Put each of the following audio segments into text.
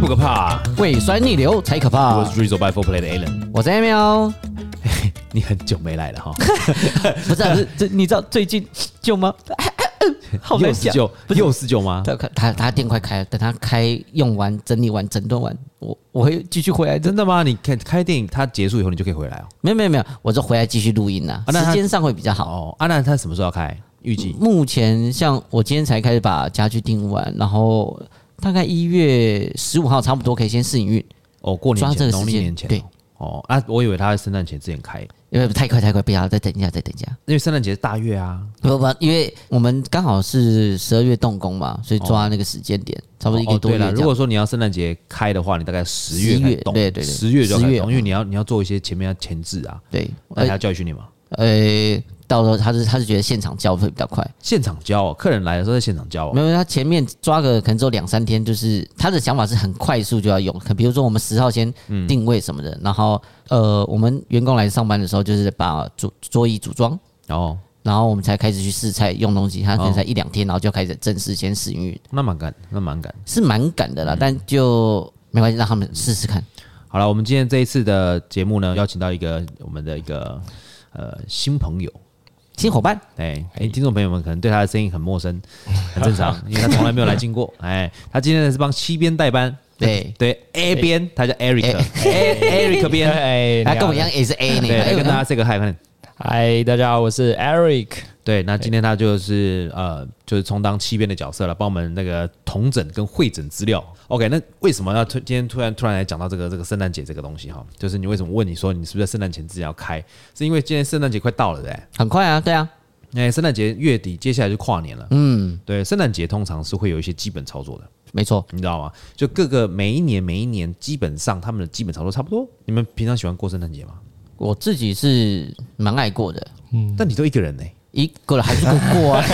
不可怕。胃酸逆流才可怕。我是 Drizzle by Four Play 的 Alan，我是 a m i 你很久没来了哈，不是、啊，不是，这你知道最近舅妈 好难又是讲。舅， 又是舅吗？他他他店快开了，等他开用完、整理完、诊断完，我我会继续回来的。真的吗？你看开电影，它结束以后你就可以回来哦。没有没有没有，我就回来继续录音啦、啊那他时间上会比较好。嗯哦，啊，那它什么时候要开？预计目前像我今天才开始把家具订完，然后大概一月十五号差不多可以先试营运，哦，过年抓前，这个时间农历年前哦。对哦啊，我以为它在圣诞节之前开，因因为太快太快，不要再等一下再等一下。为圣诞节是大月啊。不不，因为我们刚好是十二月动工嘛，所以抓那个时间点，差不多一个哦对多月这了，样。如果说你要圣诞节开的话，你大概十月10开月始动，对对对十月就要10开月始动，因为你要你要做一些前面要前置啊，对，那他呃教育训练嘛，呃，到时候他是他是觉得现场交会比较快，现场教哦，客人来的时候在现场教哦没。有他前面抓个可能只有两三天，就是他的想法是很快速就要用，可比如说我们十号先嗯定位什么的，然后呃我们员工来上班的时候就是把桌桌椅组装，哦，然后我们才开始去试菜用东西，他可能哦才一两天，然后就开始正式先试营运，那蛮赶，那蛮赶。是蛮赶的啦，但就没关系，让他们试试 看。好了，我们今天这一次的节目呢，邀请到一个我们的一个呃新朋友。新伙伴，哎，哎，听众朋友们可能对他的声音很陌 生，很正常，因为他从来没有来进过。哎，他今天是帮西边代班，对对 A 边，他叫 Eric，Eric 边，哎，他跟我一样也是啊 A 那对，个，来哎跟大家 say 个 hi，快点。嗨，大家好，我是 Eric。对，那今天他就是呃，就是充当七边的角色了，帮我们那个统整跟会诊资料。OK，那为什么要突今天突然突然来讲到这个这个圣诞节这个东西哈？就是你为什么问你说你是不是在圣诞前之前要开？是因为今天圣诞节快到了对不对？很快啊，对啊，哎，圣诞节月底，接下来就跨年了。嗯，对，圣诞节通常是会有一些基本操作的，没错，你知道吗？就各个每一年每一年基本上他们的基本操作差不多。你们平常喜欢过圣诞节吗？我自己是蛮爱过的，但你都一个人呢、一过了还是不 过啊，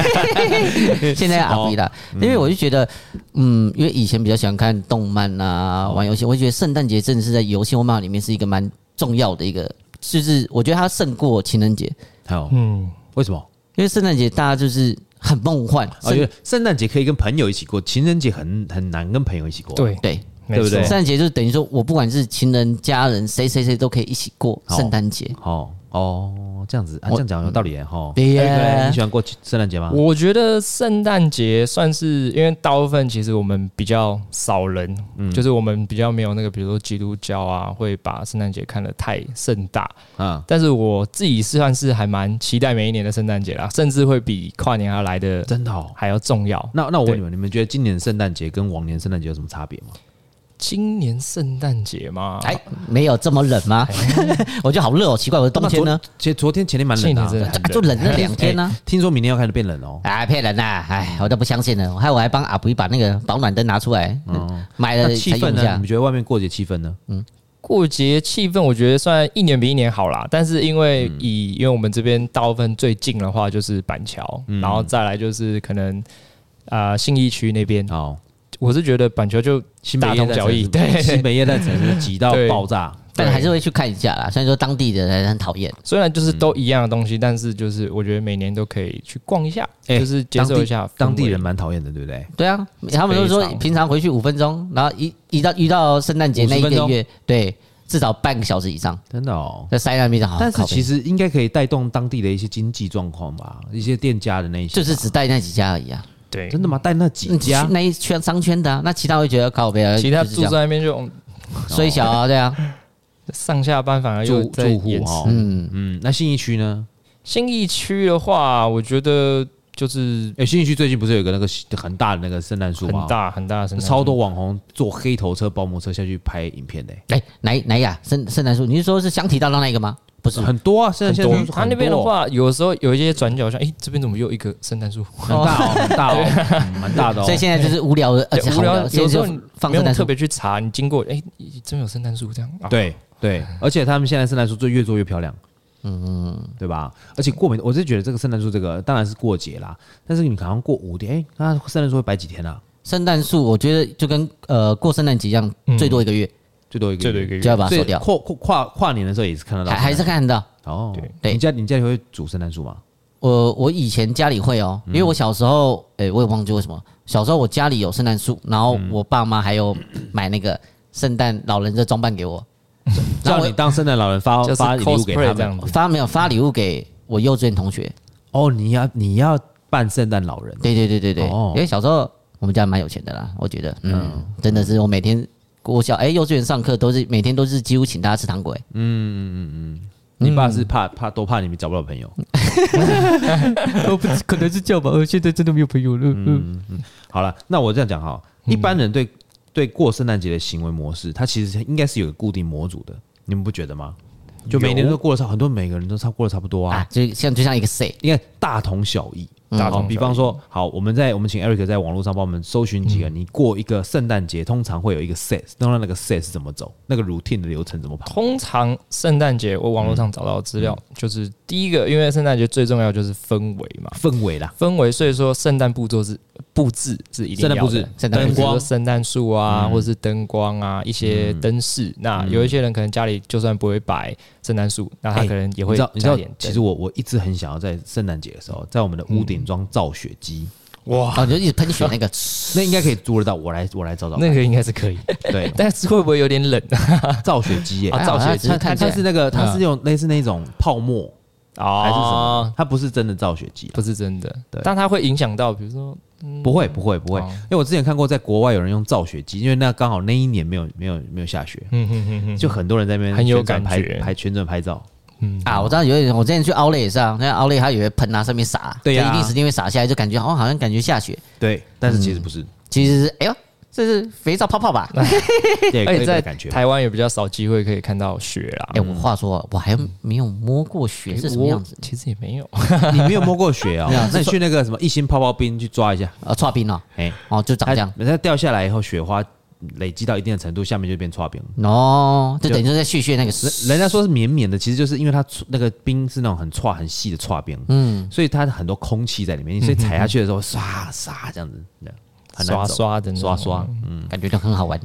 现在阿哦比啦，因为我就觉得，嗯，因为以前比较喜欢看动漫啊，玩游戏，我就觉得圣诞节真的是在游戏或漫画里面是一个蛮重要的一个，就是我觉得它胜过情人节，还有，嗯，哦为什么？因为圣诞节大家就是很梦幻，哦，圣因为圣诞节可以跟朋友一起过，情人节很很难跟朋友一起过。啊对，对。没哦对不对错圣诞节就是等于说，我不管是情人、家人，谁谁谁都可以一起过好圣诞节。哦哦，这样子啊，我这样讲有嗯道理耶哈。对耶 Eric 哎嘞你喜欢过圣诞节吗？我觉得圣诞节算是，因为大部分其实我们比较少人，就是我们比较没有那个，比如说基督教啊，会把圣诞节看得太盛大。啊，但是我自己是算是还蛮期待每一年的圣诞节啦，甚至会比跨年要来的真的哦。还要重要。那那我问对你们，你们觉得今年圣诞节跟往年圣诞节有什么差别吗？今年圣诞节嘛，哎，没有这么冷吗？哎 我觉得好热哦，奇怪，我的冬天呢？其实昨天前天蛮冷的啊前天真的很啊就冷了两天呢、听说明天要开始变冷哦。哎，骗人呐、哎，我都不相信了，害我还帮阿布把那个保暖灯拿出来，嗯、买了哦那气才氛用一呢？你下们。觉得外面过节气氛呢？过节气氛，我觉得算一年比一年好啦。但是因为以、因为我们这边大部分最近的话就是板桥，然后再来就是可能啊信义区那边，哦，我是觉得板桥就新北大夜同诞小城异，是对新，北夜诞城是挤到对爆炸。但还是会去看一下啦，虽然说当地的人很讨厌，虽然就是都一样的东西，但是就是我觉得每年都可以去逛一下，哎就是接受一下当地氛围人。蛮讨厌的，对不对？对啊，他们都说非常平常回去五分钟，然后一一到遇到圣诞节那一50分个钟月，对，至少半个小时以上真的哦。在塞那边就好好但是啊靠其背，实应该可以带动当地的一些经济状况吧，一些店家的那一些吧。就是只带那几家而已啊，对，真的吗？带那几嗯去家？那一圈商圈的啊，那其他会觉得靠背啊，其他就是住这样在那边就嗯哦虽小啊，对啊，上下班反而又住在住户延哦迟。，嗯嗯，那信义区呢？信义区的话，我觉得就是哎、信义区最近不是有一个那个很大的那个圣诞树很吗？大很大的圣诞树，超多网红坐黑头车、保姆车下去拍影片的、欸哎，哪一哪一呀？圣圣诞树，你是说是香体大道那一个吗？不是，很多啊！啊现在很现在多就是。他那边的话，有时候有一些转角像，哎、这边怎么又一个圣诞 树？很多哦，很大哦，很大哦，嗯蛮、大的哦。所以现在就是无聊的，而且对好无无聊，聊，有现在时就候你放没圣有诞特树。别去查，你经过，哎、真有圣诞树这样。啊、对对，而且他们现在圣诞树就越做越漂亮，嗯，对吧？而且过每，我是觉得这个圣诞树这个当然是过节啦，但是你好像过五天，哎、那圣诞树会摆几天啊？圣诞树，我觉得就跟呃过圣诞节一样，嗯最多一个月最多一个月，最多一个就要月。把它所收以掉，嗯跨跨跨跨年的时候也是看得到还的，还是看得到。哦对。对你家你家里会煮圣诞树吗？我我以前家里会哦，嗯因为我小时候，诶、我也忘记为什么，小时候我家里有圣诞树，然嗯后我爸妈还有买那个圣诞老人的装扮给我，然后叫你我当圣诞老人发就是发礼物给他 cosplay 这们样子。发没有发礼物给我幼稚园同学，哦，你要你要扮圣诞老人，对对对对对，哦因为小时候我们家蛮有钱的啦，我觉得，嗯，真的是我每天国小哎、幼稚园上课都是每天都是几乎请大家吃糖果、 欸，你爸是怕怕都怕你们找不到朋友。嗯不可能是这样吧？呃，现在真的没有朋友了，嗯，好了，那我这样讲哈，一般人对对过圣诞节的行为模式，他其实应该是有个固定模组的，你们不觉得吗？就每年都过得差，很多每个人都差过得差不多啊啊，，就像就像一个 say，应该大同小异。嗯大同好小异比方说，好，我们在我们请 Eric 在网络上帮我们搜寻几个，嗯你过一个圣诞节通常会有一个 set，当然那个 set 是怎么走，那个 routine 的流程怎么跑。通常圣诞节，我网络上找到的资料、嗯就是第一个，因为圣诞节最重要就是氛围嘛，氛围啦，氛围，所以说圣诞布置是布置是一定圣诞要布的。置、嗯圣诞灯布置比如说光，圣诞树啊，或者是灯光啊，一些嗯灯饰。那有一些人可能家里就算不会摆圣诞树，那他哎可能也你会知道，你知加道点，其灯实我我一直很想要在圣诞节的时候，在我们的屋顶装造雪机，哇，哦，你就一直喷血那个，那应该可以租得到。我来，我来找找看。嗯那个应该 是可以， 对，但是会不会有点冷啊？造雪机耶，啊造它雪只机，是它它看起来它是那个，它是用类似那种泡沫还是什么嗯哦，？它不是真的造雪机啊，不是真的对，但它会影响到，比如说不会不会不会哦，因为我之前看过在国外有人用造雪机，因为那刚好那一年没有没有没有下雪，嗯嗯嗯嗯，就很多人在那边很有旋转感拍觉拍旋转拍照，嗯啊，我知道有点，我之前去奥莱也是啊，那奥莱它也会喷啊，上面 洒，对呀就一定时间会洒下来，就感觉哦，好像感觉下雪，对，但是其实不嗯是，其实是哎呦，这是肥皂泡泡 吧？对，哎而有这且哎在个感觉。台湾也比较少机会可以看到雪啊哎、。啦我话说，我还没有摸过雪是什么我样子其实也没有，你没有摸过雪啊没有？那你是去那个什么一心泡泡冰去抓一下，啊，刨冰哦，哎，哦，就长它这样。它掉下来以后，雪花累积到一定的程度，下面就变刨冰。哦，就就等于说在续续那个人人家说是绵绵的，其实就是因为它搓那个冰是那种很歘很细的歘冰，嗯，所以它很多空气在里面，所以踩下去的时候唰唰这样子，这样很难嗯刷走刷的那刷种刷，嗯，感觉就很好玩。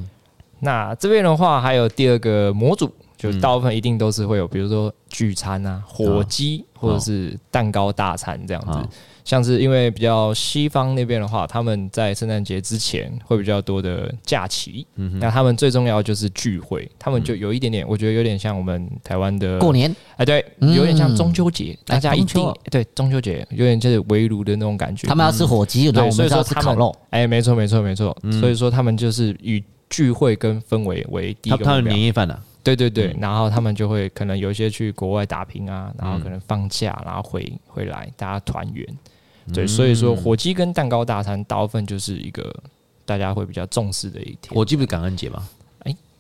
那这边的话，还有第二个模组，就嗯大部分一定都是会有，比如说聚餐啊、火鸡、或者是蛋糕大餐这样子。啊哦像是因为比较西方那边的话，他们在圣诞节之前会比较多的假期，嗯那他们最重要的就是聚会，他们就有一点点，我觉得有点像我们台湾的过，年哎，对，嗯有点像中秋节，哎大家一中定秋对中秋节有点就是围炉的那种感觉，他们要吃火鸡，然后嗯对，我所们是以说要吃他烤们肉。，哎，没错没错没错，嗯所以说他们就是以聚会跟氛围为第一他个他们目标年夜饭啊呢，对对对，嗯然后他们就会可能有一些去国外打拼啊，然后可能放假，然后回回来，大家团圆。嗯对，所以说火鸡跟蛋糕大餐大部分就是一个大家会比较重视的一天。火鸡不是感恩节吗？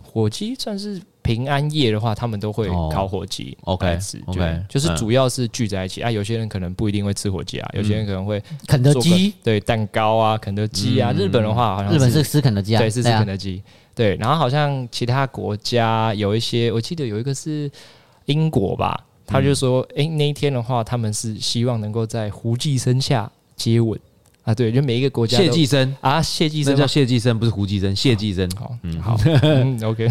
火鸡算是平安夜的话，他们都会烤火鸡哦，OK，来吃。 OK，对就是嗯主要是聚在一起啊。有些人可能不一定会吃火鸡啊，有嗯些人可能会肯德做个基，对蛋糕啊、肯德基嗯啊。日本的话好像日本是吃肯德基啊，对，是吃啊肯德基。对，然后好像其他国家有一些，我记得有一个是英国吧，他就说，诶，那一天的话，他们是希望能够在胡寄生下接吻啊，对，就每一个国家都谢济生，啊，谢寄那生叫吗谢济生，不是胡济生，谢济生，好，好，嗯，OK，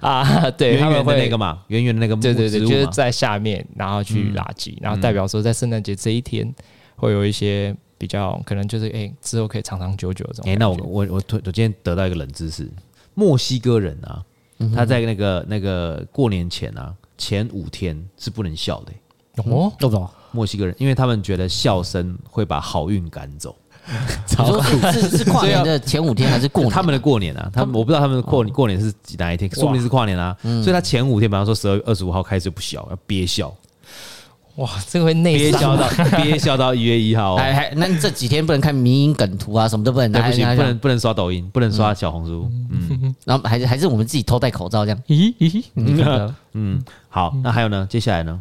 啊， 对，圆他圆们的会那个嘛，圆圆的那个对对对，木植就物是嘛，在下面，然后去垃圾，然后代表说在圣诞节这一天会有一些比较可能就是诶，之后可以长长久久的这种哎、感觉。那我我我突我今天得到一个冷知识，墨西哥人啊，嗯他在那个那个过年前啊，前五天是不能笑的欸、哦，懂不懂？墨西哥人，因为他们觉得笑声会把好运赶走。你说是是是跨 年啊的前五天还是过年？他们的过年啊，他们我不知道他们的哦过过年是哪一天，说不定是跨年啊。嗯所以他前五天，比方说十二月二十五号开始就不笑，要憋笑，哇，这个会 内憋伤笑到憋笑到一月一号、哦。哎还哎还那这几天不能看迷影梗图啊，什么都不能对拿，不行，还不能不能刷抖音，不能刷小红书。嗯然后还是还是我们自己偷戴口罩这样。咦咦，你看到？嗯，好，那还有呢？接下来呢？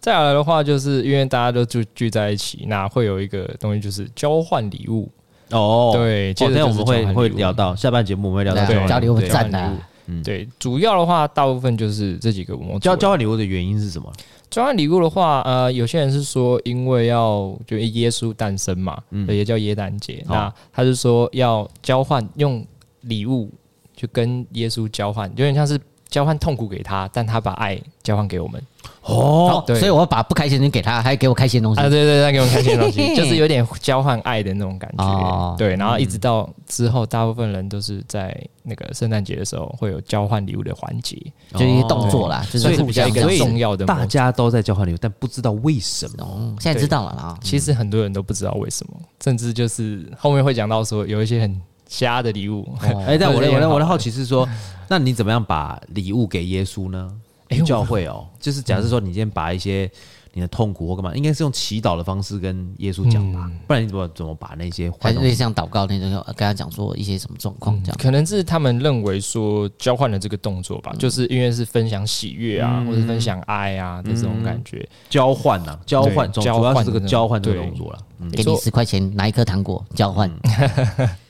再来的话，就是因为大家都聚聚在一起，那会有一个东西就是交换礼物。哦，对接今着天就是我们会交换礼物会聊到下半节目，我们会聊到对交啊换交礼物对赞交换礼啊物！对，主要的话，大部分就是这几个模组。交交换礼物的原因是什么？交换礼物的话，呃，有些人是说，因为要就耶稣诞生嘛，嗯对也叫耶诞节。好那他是说要交换用礼物，就跟耶稣交换，有点像是交换痛苦给他，但他把爱交换给我们。哦，好对所以我要把不开心的东西给他，还给我开心的东西啊，对。对，他给我们开心的东西，就是有点交换爱的那种感哦觉。对，然后一直到之后，大部分人都是在那个圣诞节的时候会有交换礼物的环节，嗯就是一些动作啦，就是算是互比较相一个这样重要的大模式。家都在交换礼物，但不知道为什么。哦，现在知道了啦。其实很多人都不知道为什么，甚至就是后面会讲到说有一些很瞎的礼物。 哦哎，但我的对我的我的好好奇是说，那你怎么样把礼物给耶稣呢？哎我教会哦，就是假设说你今天把一些你的痛苦或干嘛，应该是用祈祷的方式跟耶稣讲嗯吧，不然你怎么怎么把那些还坏是东类似西？像祷告那种，跟他讲说一些什么状况这样。可能是他们认为说交换的这个动作嗯吧，就是因为是分享喜悦啊，或者分享爱啊的这嗯种感觉。交换呐，交换，对主交主换要是这个的交换这个对动作了。给你说十块钱，拿一颗糖果交嗯换。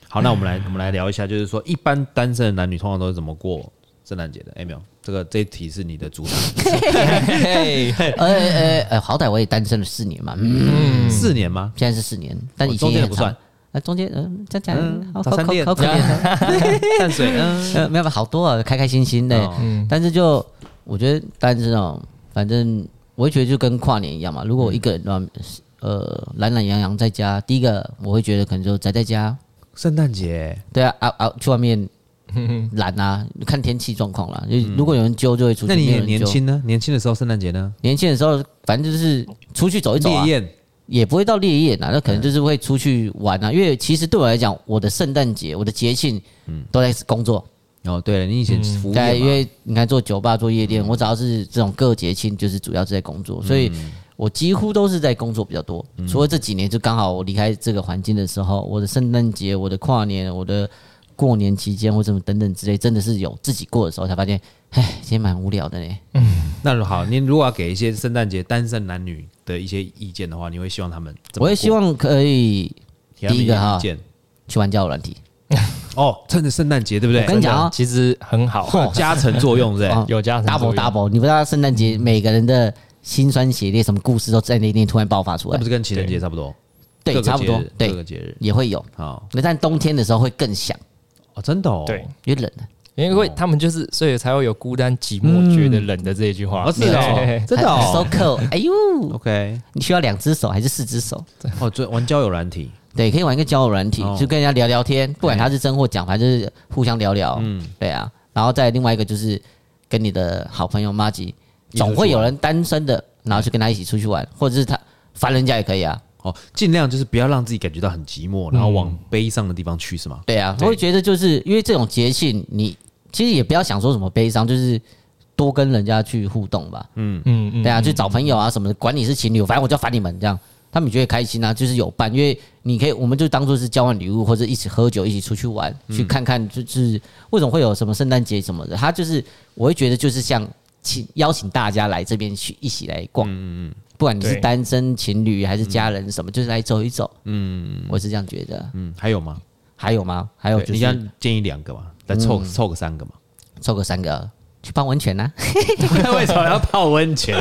好，那我们来我们来聊一下，就是说一般单身的男女通常都是怎么过圣诞节的？哎，没有，这个这一题是你的主场，呃呃呃，好歹我也单身了四年嘛，嗯，四年吗？现在是四年，但哦以前中间也也很不长算。那中间嗯，这样嗯讲，好早好餐店好可怜， 淡水，嗯，呃，没有吧，好多啊，开开心心的哦。但是就我觉得单身哦，反正我会觉得就跟跨年一样嘛。如果我一个人的话呃懒懒洋洋在家，第一个我会觉得可能就宅在家，圣诞节对啊啊啊，去外面懒啊，看天气状况啦。就如果有人揪就会出去，那你没有也人年揪，轻呢？年轻的时候圣诞节呢？年轻的时候反正就是出去走一走啊烈，焰也不会到烈焰啊，那嗯可能就是会出去玩啊。因为其实对我来讲，我的圣诞节、我的节庆，都在工作。哦，对了，你以嗯前是服务业对，因嗯嘛，嗯为你看做酒吧、做夜店，我只要是这种各节庆，就是主要是在工作，所以我几乎都是在工作比较多。嗯除了这几年，就刚好我离开这个环境的时候，我的圣诞节、我的跨年、我的过年期间或什么等等之类，真的是有自己过的时候才发现，唉，今天蛮无聊的呢。那好，您如果要给一些圣诞节单身男女的一些意见的话，你会希望他们怎么过？我也希望可以给他们第一个哈意见去玩交友软体，哦，趁着圣诞节，对不对？我跟你讲啊其实很好， 加成作用是不哦是？有加成 double 作用 double，你不知道圣诞嗯节每个人的辛酸血泪什么故事都在那一天突然爆发出那来不，是跟情人节差不多？各对，个差不节多日，各对个，节日。也会有。好那但冬天的时候会更想，哦，真的哦，对，因为冷了，因哦为他们就是所以才会有孤单寂寞觉得冷的这一句嗯话。哦是 哦，真的很哦 so cold，哎呦， ，OK，你需要两只手还是四只手？哦，这玩交友软体，对，可以玩一个交友软体哦，就跟人家聊聊天，不管他是真或假，反正就是互相聊聊。嗯，对啊。然后再另外一个就是跟你的好朋友妈吉，一起出去玩总会有人单身的，然后去跟他一起出去玩，或者是他烦人家也可以啊。哦，尽量就是不要让自己感觉到很寂寞，然后往悲伤的地方去，是吗？对啊，我会觉得就是因为这种节庆，你其实也不要想说什么悲伤，就是多跟人家去互动吧。嗯嗯，对啊，去找朋友啊什么的，管你是情侣，反正我就要烦你们这样，他们觉得开心啊，就是有伴，因为你可以，我们就当做是交换礼物，或者一起喝酒，一起出去玩，去看看，就是为什么会有什么圣诞节什么的，他就是我会觉得就是像请邀请大家来这边去一起来逛，不管你是对单身情侣还是家人什么，就是来走一走，我是这样觉得。嗯，还有吗？还有吗？还有对就你这是嗯样建议两个嘛，再凑凑个三个嘛。 凑个三个去泡温泉呐、啊，为什么要泡温泉？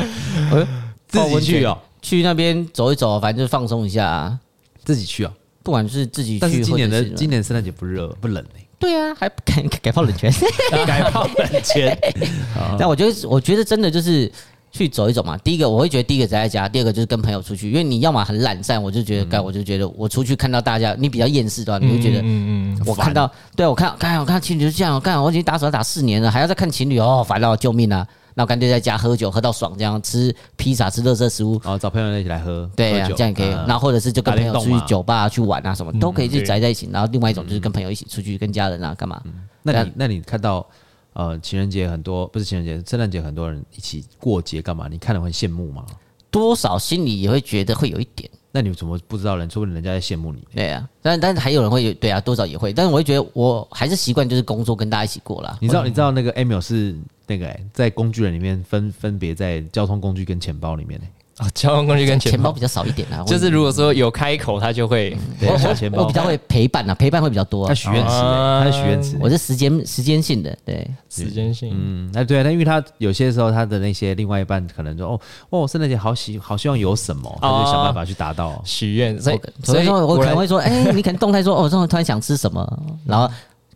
呃 自己去哦，去那边走一走，反正就是放松一下、啊。自己去哦。不管是自己去，但是今年或的者是今年圣诞节不热不冷哎，对啊，还改改泡冷泉。 改泡冷泉。 啊但我觉得，我觉得真的就是去走一走嘛。第一个，我会觉得第一个宅在家；第二个就是跟朋友出去，因为你要么很懒散，我就嗯觉得，该、我就觉得我出去看到大家，你比较厌世的话，你会觉得。嗯嗯我看到，对我看，看我看情侣就这样，看我已经打手打四年了，还要再看情侣哦，烦到救命啊！那我干脆在家喝酒，喝到爽，这样吃披萨，吃热色食物，哦，找朋友一起来喝，对啊喝，酒这样也可以。嗯然后或者是就跟朋友出打电去动嘛酒吧去玩啊，什么都可以去对宅在一起。然后另外一种就是跟朋友一起出去，跟家人啊干嘛？那你那你看到呃情人节很多不是情人节，圣诞节很多人一起过节干嘛？你看了会羡慕吗？多少心里也会觉得会有一点。那你怎么不知道人？说不定人家在羡慕你。对啊，但但是还有人会有对啊，多少也会，但是我会觉得我还是习惯就是工作跟大家一起过啦。你知道你知道那个 Emil 是那个欸在工具人里面分分别在交通工具跟钱包里面欸啊，交通工具跟钱钱包包比，较少一点啊， 就是如果说有开口，他就会嗯对，小钱我我包比。较会陪伴啊，陪伴会比较多他啊、许愿池欸，他是许愿池欸。我是时间时间性的，对，时间性。嗯，那对啊，那因为他有些时候他的那些另外一半可能说，哦，哦，圣诞节好希好希望有什么，他啊就想办法去达到。许愿，所以所所以以说我果可然能会说，哎、你可能动态说，哦，这种突然想吃什么，然后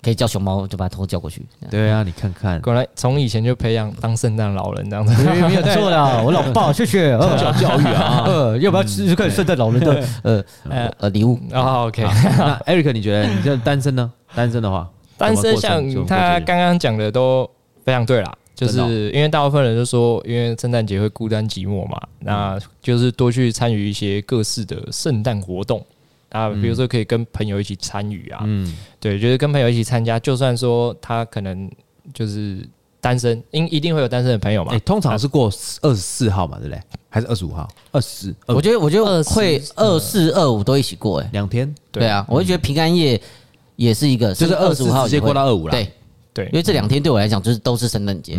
可以叫熊猫就把头叫过去。这样对啊，你看看，果然从以前就培养当圣诞老人这样子， 没有没有错 啦，我老爸，谢谢。从小教育啊呃，要不要试试看圣诞老人的呃呃呃礼物？ 啊，OK，那 Eric，你觉得你这单身呢？单身的话，单怎么身过生像他刚刚讲的都非常对啦，就真的哦是因为大部分人都说，因为圣诞节会孤单寂寞嘛，嗯那就是多去参与一些各式的圣诞活动啊，比如说可以跟朋友一起参与啊，嗯，对，就是跟朋友一起参加，就算说他可能就是单身，因一定会有单身的朋友嘛哎，，通常是过二十四号嘛，对不对？还是二十五号？二呃十，我觉得我觉得24会二四二五都一起过哎。两天，对对啊，我会觉得平安夜也是一个，就是二十24五号直接也会过到25啦对，对因，为这两天对我来讲就是都是圣诞节，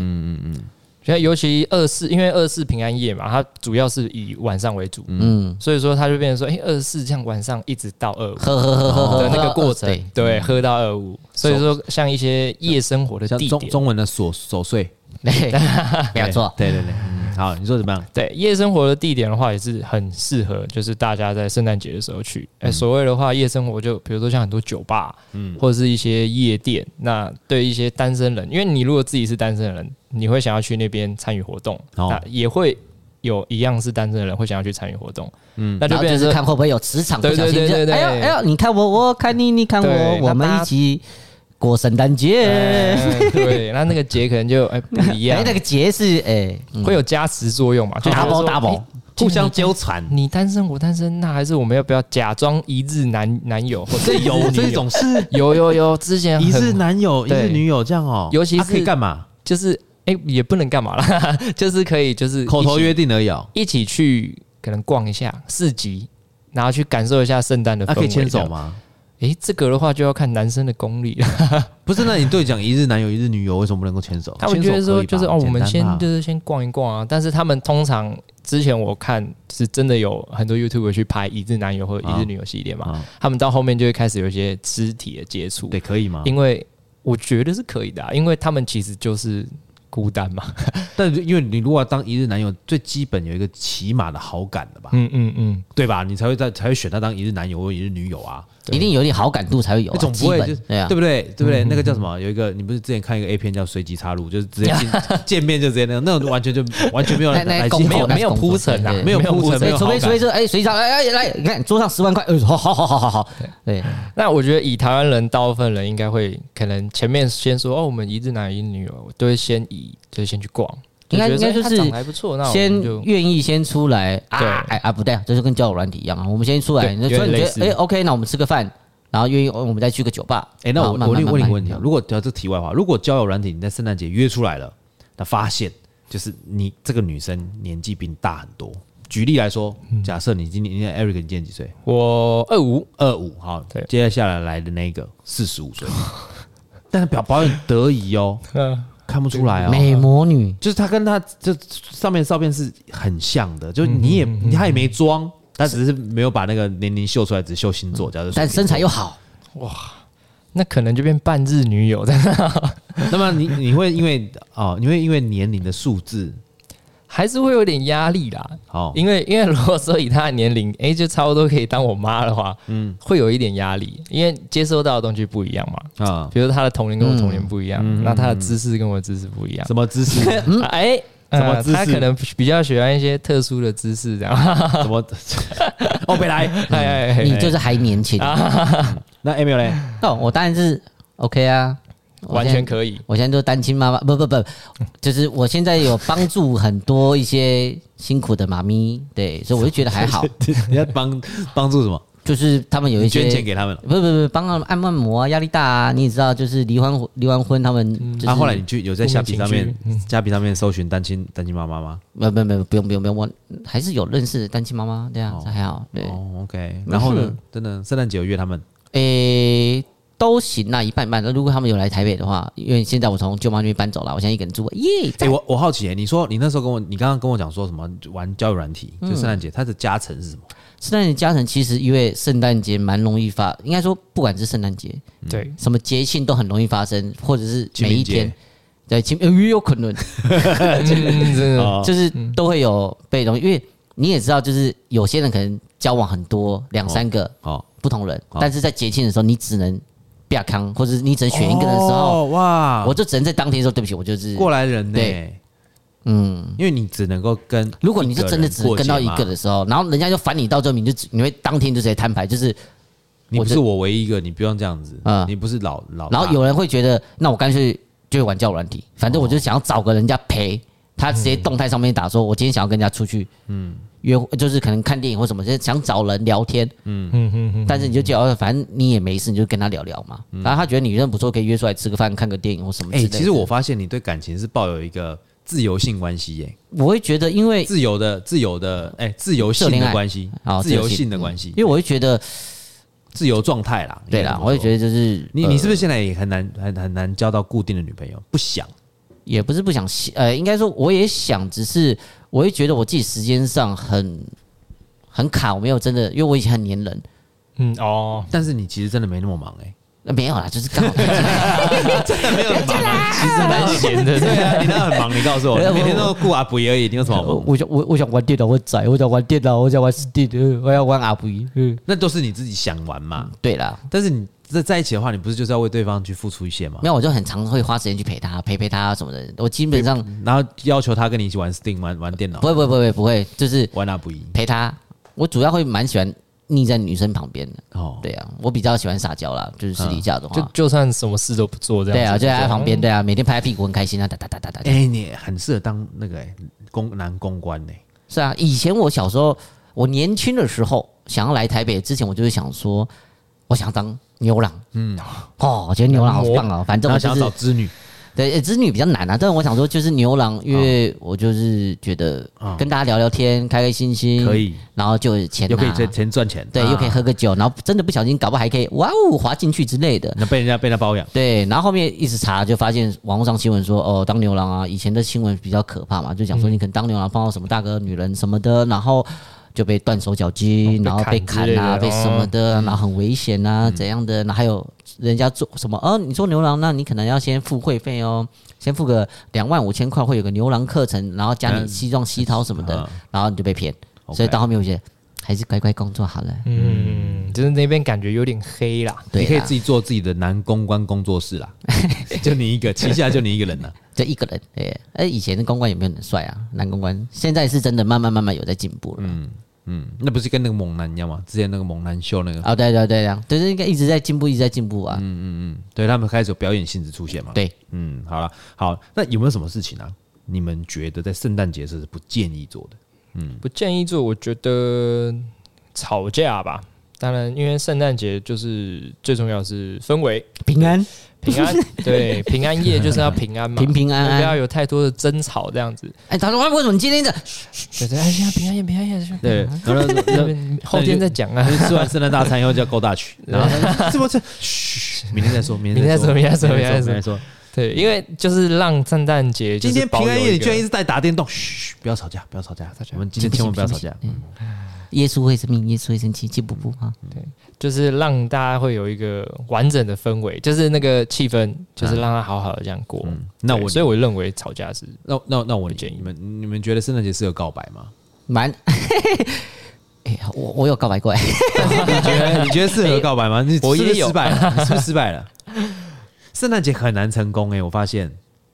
现在尤其二四，因为二四平安夜嘛，它主要是以晚上为主，嗯，所以说它就变成说，哎、二四这样晚上一直到二五。呵呵呵呵呵的那个过程对，对，喝到二五，所以说像一些夜生活的像地中点，中文的琐琐碎，对，没有错，对对对，嗯好，你说怎么样？对夜生活的地点的话，也是很适合，就是大家在圣诞节的时候去。哎、所谓的话，夜生活就比如说像很多酒吧，嗯，或者是一些夜店。那对一些单身人，因为你如果自己是单身人，你会想要去那边参与活动，哦那也会有一样是单身的人会想要去参与活动，嗯，那就然后变就成是说看会不会有磁场，不对小心对对就对哎呦对哎呦，你看我，我看你，你看对我，我那们大一家起过圣诞节。哎对，那那个节可能就哎、不一 样哎，，那个节是哎，嗯会有加持作用嘛？就觉得说 Double double 哎互相纠缠， 你单身我单身，那还是我们要不要假装一日男男友？或者这有这种事，有有有，之前一日很男友、一日对女友这样哦，尤其啊可以是干嘛？就是哎、也不能干嘛啦， 就是可以就是口头一起约定而已哦，一起去可能逛一下市集，然后去感受一下圣诞的氛那啊可围。以牵手吗？吗？哎、这个的话就要看男生的功力 了。不是，那你对讲一日男友一日女友为什么不能够牵手？他们牵手觉得可说以吧就是哦，我们简先单吧就是先逛一逛啊，但是他们通常之前我看是真的有很多 YouTube 去拍一日男友或者一日女友系列嘛，啊，他们到后面就会开始有一些肢体的接触。对，可以吗？因为我觉得是可以的、啊，因为他们其实就是孤单嘛。但是因为你如果要当一日男友，最基本有一个起码的好感的吧，嗯嗯 嗯，对吧？你才会在才会选他当一日男友或一日女友啊，一定有点好感度才会有啊，你总不基会本就对啊对，不对？对不对？那个叫什么？有一个你不是之前看一个 A 片叫随机插入，就是直接见 见面就直接那种，那种完全就 完全没有那那来工作没有那没有工作铺陈啊对，没有没有铺铺陈，陈没有所以除好非除感非说，哎，谁上来来来，你看桌上十万块，哎，好好好好好好，对，那我觉得以台湾人大部分人应该会，可能前面先说哦，我们一日男一日女友，我都会先以就是先去逛，应该就觉得应该就是哎他长得还不错，那我先们就愿意先出来啊对，哎啊，不对啊，这就跟交友软体一样啊。我们先出来，对你有说点你觉类似得哎 OK，那我们吃个饭，然后愿意我们再去个酒吧。哎、那我然后慢慢我另问你慢慢嗯个问题啊，如果聊这题外话，如果交友软体你在圣诞节约出来了，那发现就是你这个女生年纪比你大很多。举例来说，嗯假设你今年，你看 Eric，你今年几岁？我二五二五，好对，接下来来的那个四十五岁， 但是表保很得意哦，嗯看不出来哦。美魔女，就是他跟他这上面的照片是很像的，就是嗯你也他也没装，他只是没有把那个年龄秀出来，只秀星座，假如嗯但身材又好，那可能就变半日女友，但那么你你会因为哦，你会因为年龄的数字 还是会有点压力啦。哦，嗯因为因为如果说以她的年龄，哎、就差不多可以当我妈的话，嗯，会有一点压力，因为接收到的东西不一样嘛。啊，嗯比如说他的童年跟我童年不一样，那他的知识跟我的知识不一样。什么姿 势？嗯，哎，什么呃知识啊他可能比较喜欢一些特殊的知识，这样。什么？哦，北来。哎 哎哎，你就是还年轻。啊那 Emil 嘞？那我当然是 OK 啊，我完现全在。可以。我现在都单亲妈妈，不不不，就是我现在有帮助很多一些辛苦的妈咪，对，所以我就觉得还 好，你要帮帮助什么？就是他们有一你些捐钱给他们了。不不不，帮他们按按摩啊，压力大啊，你也知道，就是离婚离完婚，他们就是、啊，后来你去有在虾皮上面负，嗯虾皮上面搜寻单亲单亲妈妈吗？没没没不用不用不用，我还是有认识的单亲妈妈，对啊，这还好，对，哦，OK。然后呢？真的，圣诞节有约他们诶、都行啦，一半一半。那如果他们有来台北的话，因为现在我从舅妈那边搬走了，我现在一个人住，耶，哎、赞我我好奇、欸，你说你那时候跟我，你刚刚跟我讲说什么玩交友软体，就圣诞节，它的加成是什么？圣诞节家人其实因为圣诞节蛮容易发，应该说不管是圣诞节嗯对，什么节庆都很容易发生，或者是清每一明天节。对，清呃也有可能，嗯真的哦就是都会有被容易，因为你也知道，就是有些人可能交往很多两三个哦，不同人哦，但是在节庆的时候，你只能亚康，或者是你只能选一个人的时候，哦哇，我我就只能在当天说对不起，我就是过来人呢、对嗯。因为你只能够跟，如果你是真的只跟到一个人过节嘛，的时候，然后人家就烦你到最后，你就你会当天就直接摊牌，就是你不我是就我唯一一个，你不用这样子，嗯你不是老老大，然后有人会觉得，那我干脆就玩交友软体，反正我就想要找个人家陪他，直接动态上面打说，我今天想要跟人家出去，嗯，约会就是可能看电影或什么，就是想找人聊天，嗯嗯嗯，但是你就叫，反正你也没事，你就跟他聊聊嘛。然后他觉得你人不错，可以约出来吃个饭、看个电影或什么之哎、类的。其实我发现你对感情是抱有一个自由性关系耶、我会觉得，因为自由的自由的哎、自由社性恋的爱关系哦，自由自由性性的关系因，为我会觉得，自由状态啦，对啦，我会觉得得呃就是你你是不是是现在也很难很很难交到固定的女朋友？不想也不是不想，呃，应该说我也想，只是我会觉得我自己时间上很很卡，我没有真的，因为我以前很黏人。嗯哦，但是你其实真的没那么忙 哎、呃没有啦，就是刚好真的没有忙，其实蛮闲的。对啊，你那很忙，你告 诉我，你每天都顾阿布而已，你有什么好我忙？我想我我想玩电脑，我仔，我想玩电脑，我想玩 Steam，我要玩 RV。嗯，那都是你自己想玩嘛。对啦，但是你在在一起的话，你不是就是要为对方去付出一些嘛没？有我就很常会花时间去陪他，陪陪他什么的。我基本上然后要求他跟你一起玩 Steam、玩玩电脑不、会不会不会不会，就是玩阿布一陪他。我主要会蛮喜欢腻在女生旁边的，哦，对啊，我比较喜欢撒娇啦，就是私底下的话，就就算什么事都不做这样子，对啊，就在他旁边，嗯对啊，每天拍拍屁股很开心啊，哒哒哒哒哒。哎，你很适合当那个哎公男公关欸呢。是啊，以前我小时候，我年轻的时候想要来台北之前，我就是想说，我想当牛郎，嗯，哦，我觉得牛郎好棒 哦，反然正后我想就要找是织女，对呃织女比较难啊，但是我想说就是牛郎，因为我就是觉得跟大家聊聊天，开开心心，啊可，以然后就有钱又可以拿，钱钱赚钱，对，啊又可以喝个酒，然后真的不小心搞不好还可以哇哦滑进去之类的。那被人家被他包 养。对，然后后面一直查，就发现网络上新闻说，哦，当牛郎啊，以前的新闻比较可怕嘛，就讲说你可能当牛郎碰啊到什么大哥、女人什么的，然后就被断手脚筋，哦被然后被砍砍之类啊，的被什么的，然后很危险啊，怎样的，然后还有人家做什么，哦，你做牛郎，那你可能要先付会费哦，先付个两万五千块，会有个牛郎课程，然后加你嗯西装西套什么的啊，然后你就被骗， OK 所以到后面我觉得还是乖乖工作好了，嗯，就是那边感觉有点黑啦，对啊你可以啦自己做自己的男公关工作室 啦，就你一个，旗下就你一个人了。就一个人，对。哎，以前的公关也没有很帅啊，男公关现在是真的慢慢慢慢有在进步了。嗯，嗯，那不是跟那个猛男一样吗？之前那个猛男秀那个，哦，对对对对，就是应该一直在进步，一直在进步啊。嗯对他们开始有表演性质出现嘛？，对，嗯，好了，好，那有没有什么事情啊？你们觉得在圣诞节是不建议做的？不建议做，我觉得吵架吧。当然，因为圣诞节就是最重要的是氛围平安平安，对平安夜就是要平安嘛，平平安安不要有太多的争吵这样子。哎，他说哎为什么你今天的对对，哎，现在平安夜，平安夜，对，然 后那那那边后天再讲啊呃那，吃完圣诞大餐以后就要勾大曲，然后这么这，嘘，明天再说，明天再说，明天再说明天再明说天再说。对，因为就是让圣诞节就今是天保平有一个，安夜你居然一直在打电动，嘘，不要吵架，不要吵架，我们今天千万不要吵架。嗯耶稣会生病，耶稣会生气，气不不啊？就是让大家会有一个完整的氛围，就是那个气氛，就是让他好好的这样过。嗯，那对我所以我认为吵架是那那那我不建议你们你们觉得圣诞节适合告白 吗？蛮， 哎呀，我我有告白过，哎你觉得你觉得适合告白吗？你我是不也是有失败了，你是不是失败了？ 圣诞节很难成功哎、我发现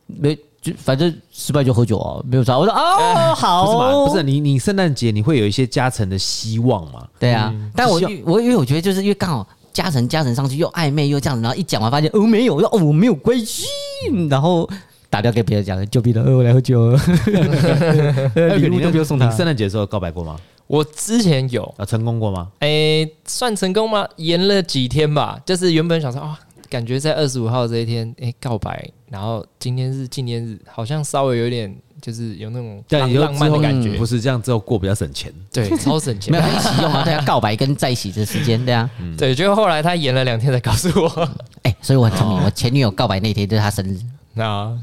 没就反正失败就喝酒哦，没有啥。我说哦，好哎不是嘛？哦，不是你你圣诞节你会有一些加成的希望嘛？对啊，嗯但我就我因为我觉得就是因为刚好加成加成上去又暧昧又这样子，然后一讲完发现哦没有，哦我没有关系，然后打掉给别人讲，就逼了，呃我来喝 酒了，呃礼物都不用送他你。圣诞节的时候告白过吗？我之前有，啊，成功过吗？诶、哎算成功吗？延了几天吧，就是原本想说啊、感觉在二十五号这一天，诶、告白，然后今天是纪念日，好像稍微有点就是有那种但浪以后浪漫的之后感嗯觉不，是这样之后过比较省 钱。对， 超省钱没。有一起用啊，对啊，告白跟在一起的时间，对啊，对，就后来他延了两天才告诉我，哎、所以我很聪明，哦我前女友告白那天就是她生日，哎那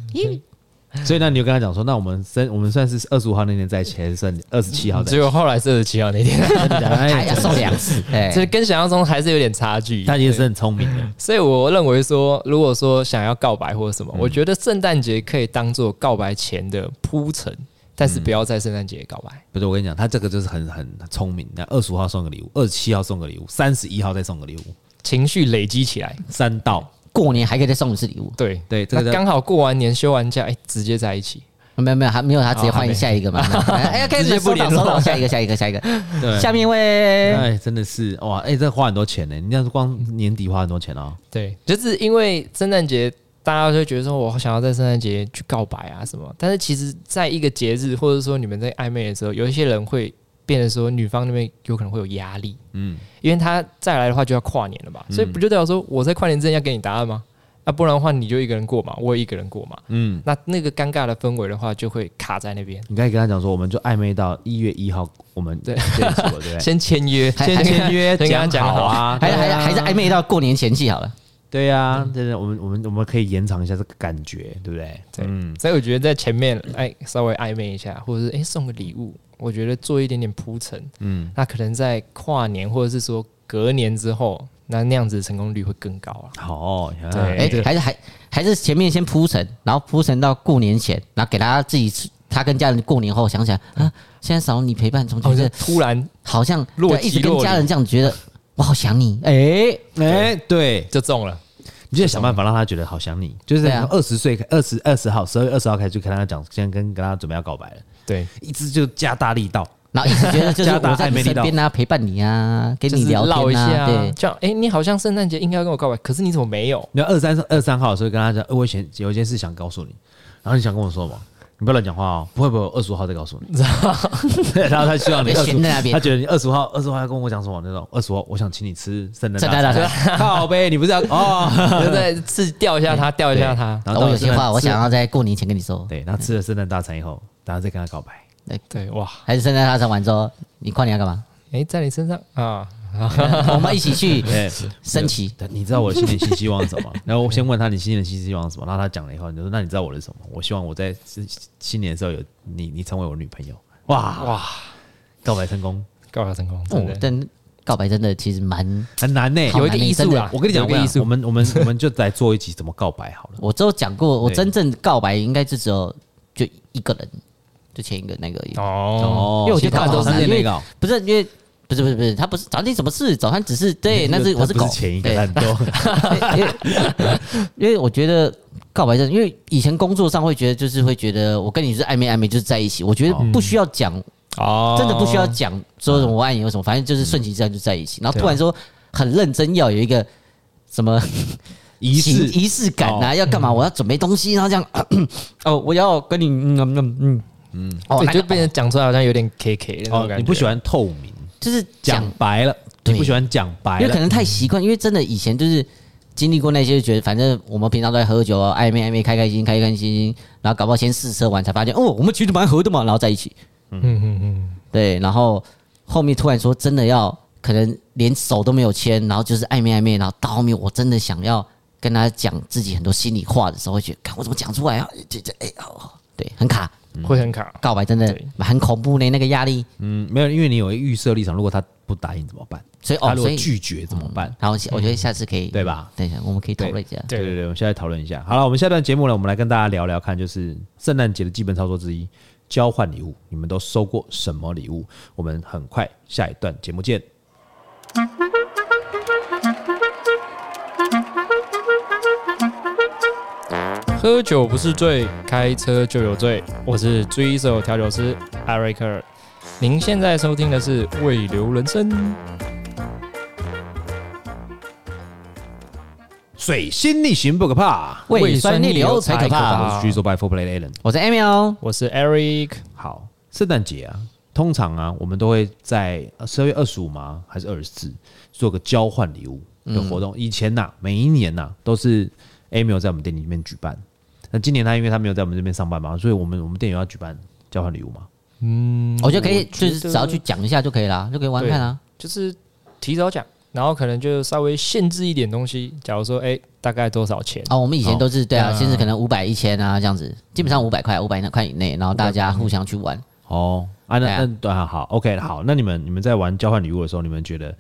所以那你就跟他讲说，那我们生我们算是二十五号那天在一起，还是算二十七号在结一起？果后来是二十七号那天， 她要哎送两次，哎、这跟想象中还是有点差距。他也是很聪明的，所以我认为说，如果说想要告白或者什么，我觉得圣诞节可以当做告白前的铺陈，但是不要在圣诞节告白。不是我跟你讲，他这个就是很很聪明。那二十五号送个礼物，二十七号送个礼物，三十一号再送个礼物，情绪累积起来。三道，过年还可以再送一次礼物。对对这那个叫刚好过完年休完假，哎、直接在一起。没有没有，还没有，他直接哦还换没下一个 嘛。哎呀，开直始接不收联档络收档，下一个下一个下一个，对，下面一位。哎，真的是哇，哎，这花很多钱呢，你这样光年底花很多钱哦。对，就是因为圣诞节，大家就会觉得说，我想要在圣诞节去告白啊什么。但是其实，在一个节日，或者说你们在暧昧的时候，有一些人会变得说，女方那边有可能会有压力，嗯嗯，因为他再来的话就要跨年了嘛，所以不就代表说我在跨年之前要给你答案吗？那、不然的话，你就一个人过嘛，我也一个人过嘛，嗯，那那个尴尬的氛围的话，就会卡在那边。你可以跟他讲说，我们就暧昧到一月一号，我们对对不对不 啊对？先签约，还先还签约，先跟他讲讲好好。啊，还对还啊还是暧昧到过年前夕好了。对呀，真的，我们我们我们可以延长一下这个感觉，对不对？对，嗯，所以我觉得在前面哎稍微暧昧一下，或者是哎送个礼物，我觉得做一点点铺陈，嗯嗯，那可能在跨年或者是说隔年之后，那那样子的成功率会更高啊。好哦，你看对哎、对还是还还是前面先铺陈，然后铺陈到过年前，然后给他自己他跟家人过年后想想啊，现在少你陪伴，总哦，觉就得突然好像若对一直即跟若家人离这样觉得我好想你，哎、哎，对，就中了，你就想办法让他觉得好想你，就是对啊二十岁、二十二十号、十二月二十号开始就跟他讲，先跟跟他准备要告白了，对，一直就加大力道，然后一直觉得 就是加大我在暧昧你力身道边啊，陪伴你啊，跟就你是聊唠一天下啊，对，这样哎，你好像圣诞节应该要跟我告白，可是你怎么没 有？你要二三二三号的时候跟他讲，呃我以前有一件事想告诉你，然后你想跟我说什么？你不要乱讲话哦，不会不会，二十五号再告诉你。 然后他希望你被二十悬在那边他觉得你二十五号，二十五号要跟我讲什么那种？二十号我想请你吃圣诞圣诞大餐， 靠呗，你不是要哦？ 就在刺掉一下他，掉一下他。然后到我了有圣些诞话我吃了想要在过年前跟你说，对，然后吃了圣诞大餐以后，然后再跟他告白。对，哇，还是圣诞大餐完之后，你跨年 要干嘛？哎，在你身上啊，我们一起去对，升旗，但你知道我新年新希望是 什么？然后我先问他你新年新希望是什么，然后他讲了以后，你就说那你知道我的是什么？我希望我在新新年的时候有你，你成为我女朋友。哇哇，告白成功告白成功，哦真，的但告白真的其实蛮，很难呢、好有一个艺术啦。我跟你讲，有我一个跟艺你讲，我术，们我们我们就来做一集怎么告白好了。我只有讲过，我对真正告白应该就只有就一个人，就前一个那个而已，哦，因为我觉其得他告白都是好难那个哦，不是因为。不是不是不是，他不是早餐什么事，早餐只是对，那是他我是不狗，是前一个对很多， 因为因为我觉得告白真，因为以前工作上会觉得就是会觉得我跟你是暧昧暧昧就是在一起，我觉得不需要讲，哦真的不需要讲说什么我爱你或什么，反正就是顺其自然就在一起。然后突然啊说很认真要有一个什么仪情式哦仪式感啊，要干嘛？我要准备东西，然后这样 哦，我要跟你嗯嗯嗯嗯嗯，哦对，，那就变成讲出来好像有点 K K 那种哦感觉。，你不喜欢透明，就是讲讲白了，对你不喜欢讲白因为可了，能太习惯，因为真的以前就是经历过那些，就觉得反正我们平常都在喝酒啊，暧昧暧昧，开开心心，开开心心，然后搞不好先试车完才发现，哦，我们其实蛮合的嘛，然后在一起，嗯嗯嗯，对，然后后面突然说真的要，可能连手都没有牵，然后就是暧昧暧昧，然后到后面我真的想要跟他讲自己很多心里话的时候，会觉得，看我怎么讲出来啊，这这哎哦，对，很卡，会很卡。告白真的对很恐怖呢，那个压力，嗯，没有，因为你有预设立场，如果他不答应怎么办？所以他哦，如所果以。拒绝怎么办？然后我觉得下次可以对吧？等一下，我们可以讨论一下。对对对对，我们现在讨论一下。好了，我们下段节目呢，我们来跟大家聊聊看，就是圣诞节的基本操作之一——交换礼物。你们都收过什么礼物？我们很快下一段节目见。嗯喝酒不是罪，开车就有罪。我是追手调酒师艾瑞克，您现在收听的是《未留人生》。水星逆行不可怕，胃酸逆流才可啊怕。我是 G 说 by Four Play Allen。我是 Amy 哦，我是 Eric，好，圣诞节啊，通常啊，我们都会在呃十二月二十五吗？还是二十四做个交换礼物的嗯活动？以前呐、每一年呐、都是 A 没有在我们店里面举办。那今年他因为他没有在我们这边上班嘛，所以我们我们店有要举办交换礼物嘛？我觉得可以，我就觉得是只要去讲一下就可以啦，就可以玩看啊。就是提早讲，然后可能就稍微限制一点东西。假如说，哎、大概多少钱？哦，我们以前都是对啊，对啊先是可能五百、一千啊这样子，基本上五百块、五百块以内，然后大家互相去玩。哦，啊，那对哎啊那对啊，好，OK，好，那你们你们在玩交换礼物的时候，你们觉得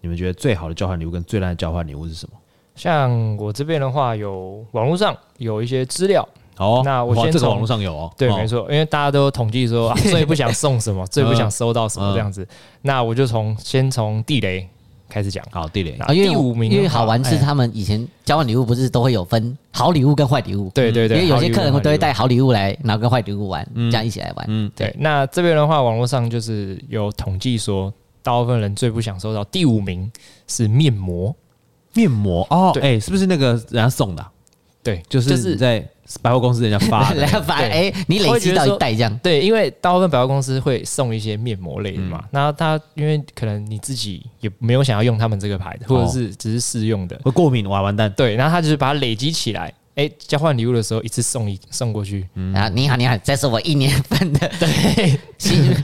你们觉得最好的交换礼物跟最烂的交换礼物是什么？像我这边的话，有网络上有一些资料，哦，那我哇先这个从网络上有哦，对，哦没，错，因为大家都统计 说、啊嗯最不想送什么，最不想收到什么这样子。那我就从先从地雷开始讲。好，地雷那啊，因为第五名的话因为好玩是哎他们以前交换礼物不是都会有分好礼物跟坏礼物，对对对因为有些好礼物客人好礼物都会带好礼物来，然后跟坏礼物玩，这样一起来玩，嗯，对，那这边的话，网络上就是有统计说，大部分人最不想收到第五名是面膜。面膜哦，对哎、是不是那个人家送的啊、对，就是你在百货公司人家发 的然后把哎，你累积到一袋这样，对，因为大部分百货公司会送一些面膜类的嘛，嗯那他因为可能你自己也没有想要用他们这个牌的，哦或者是只是试用的，会过敏哇，完蛋！ 对，然后他就是把它累积起来，哎、交换礼物的时候一次送一送过去，然后你好你好，这是我一年份的对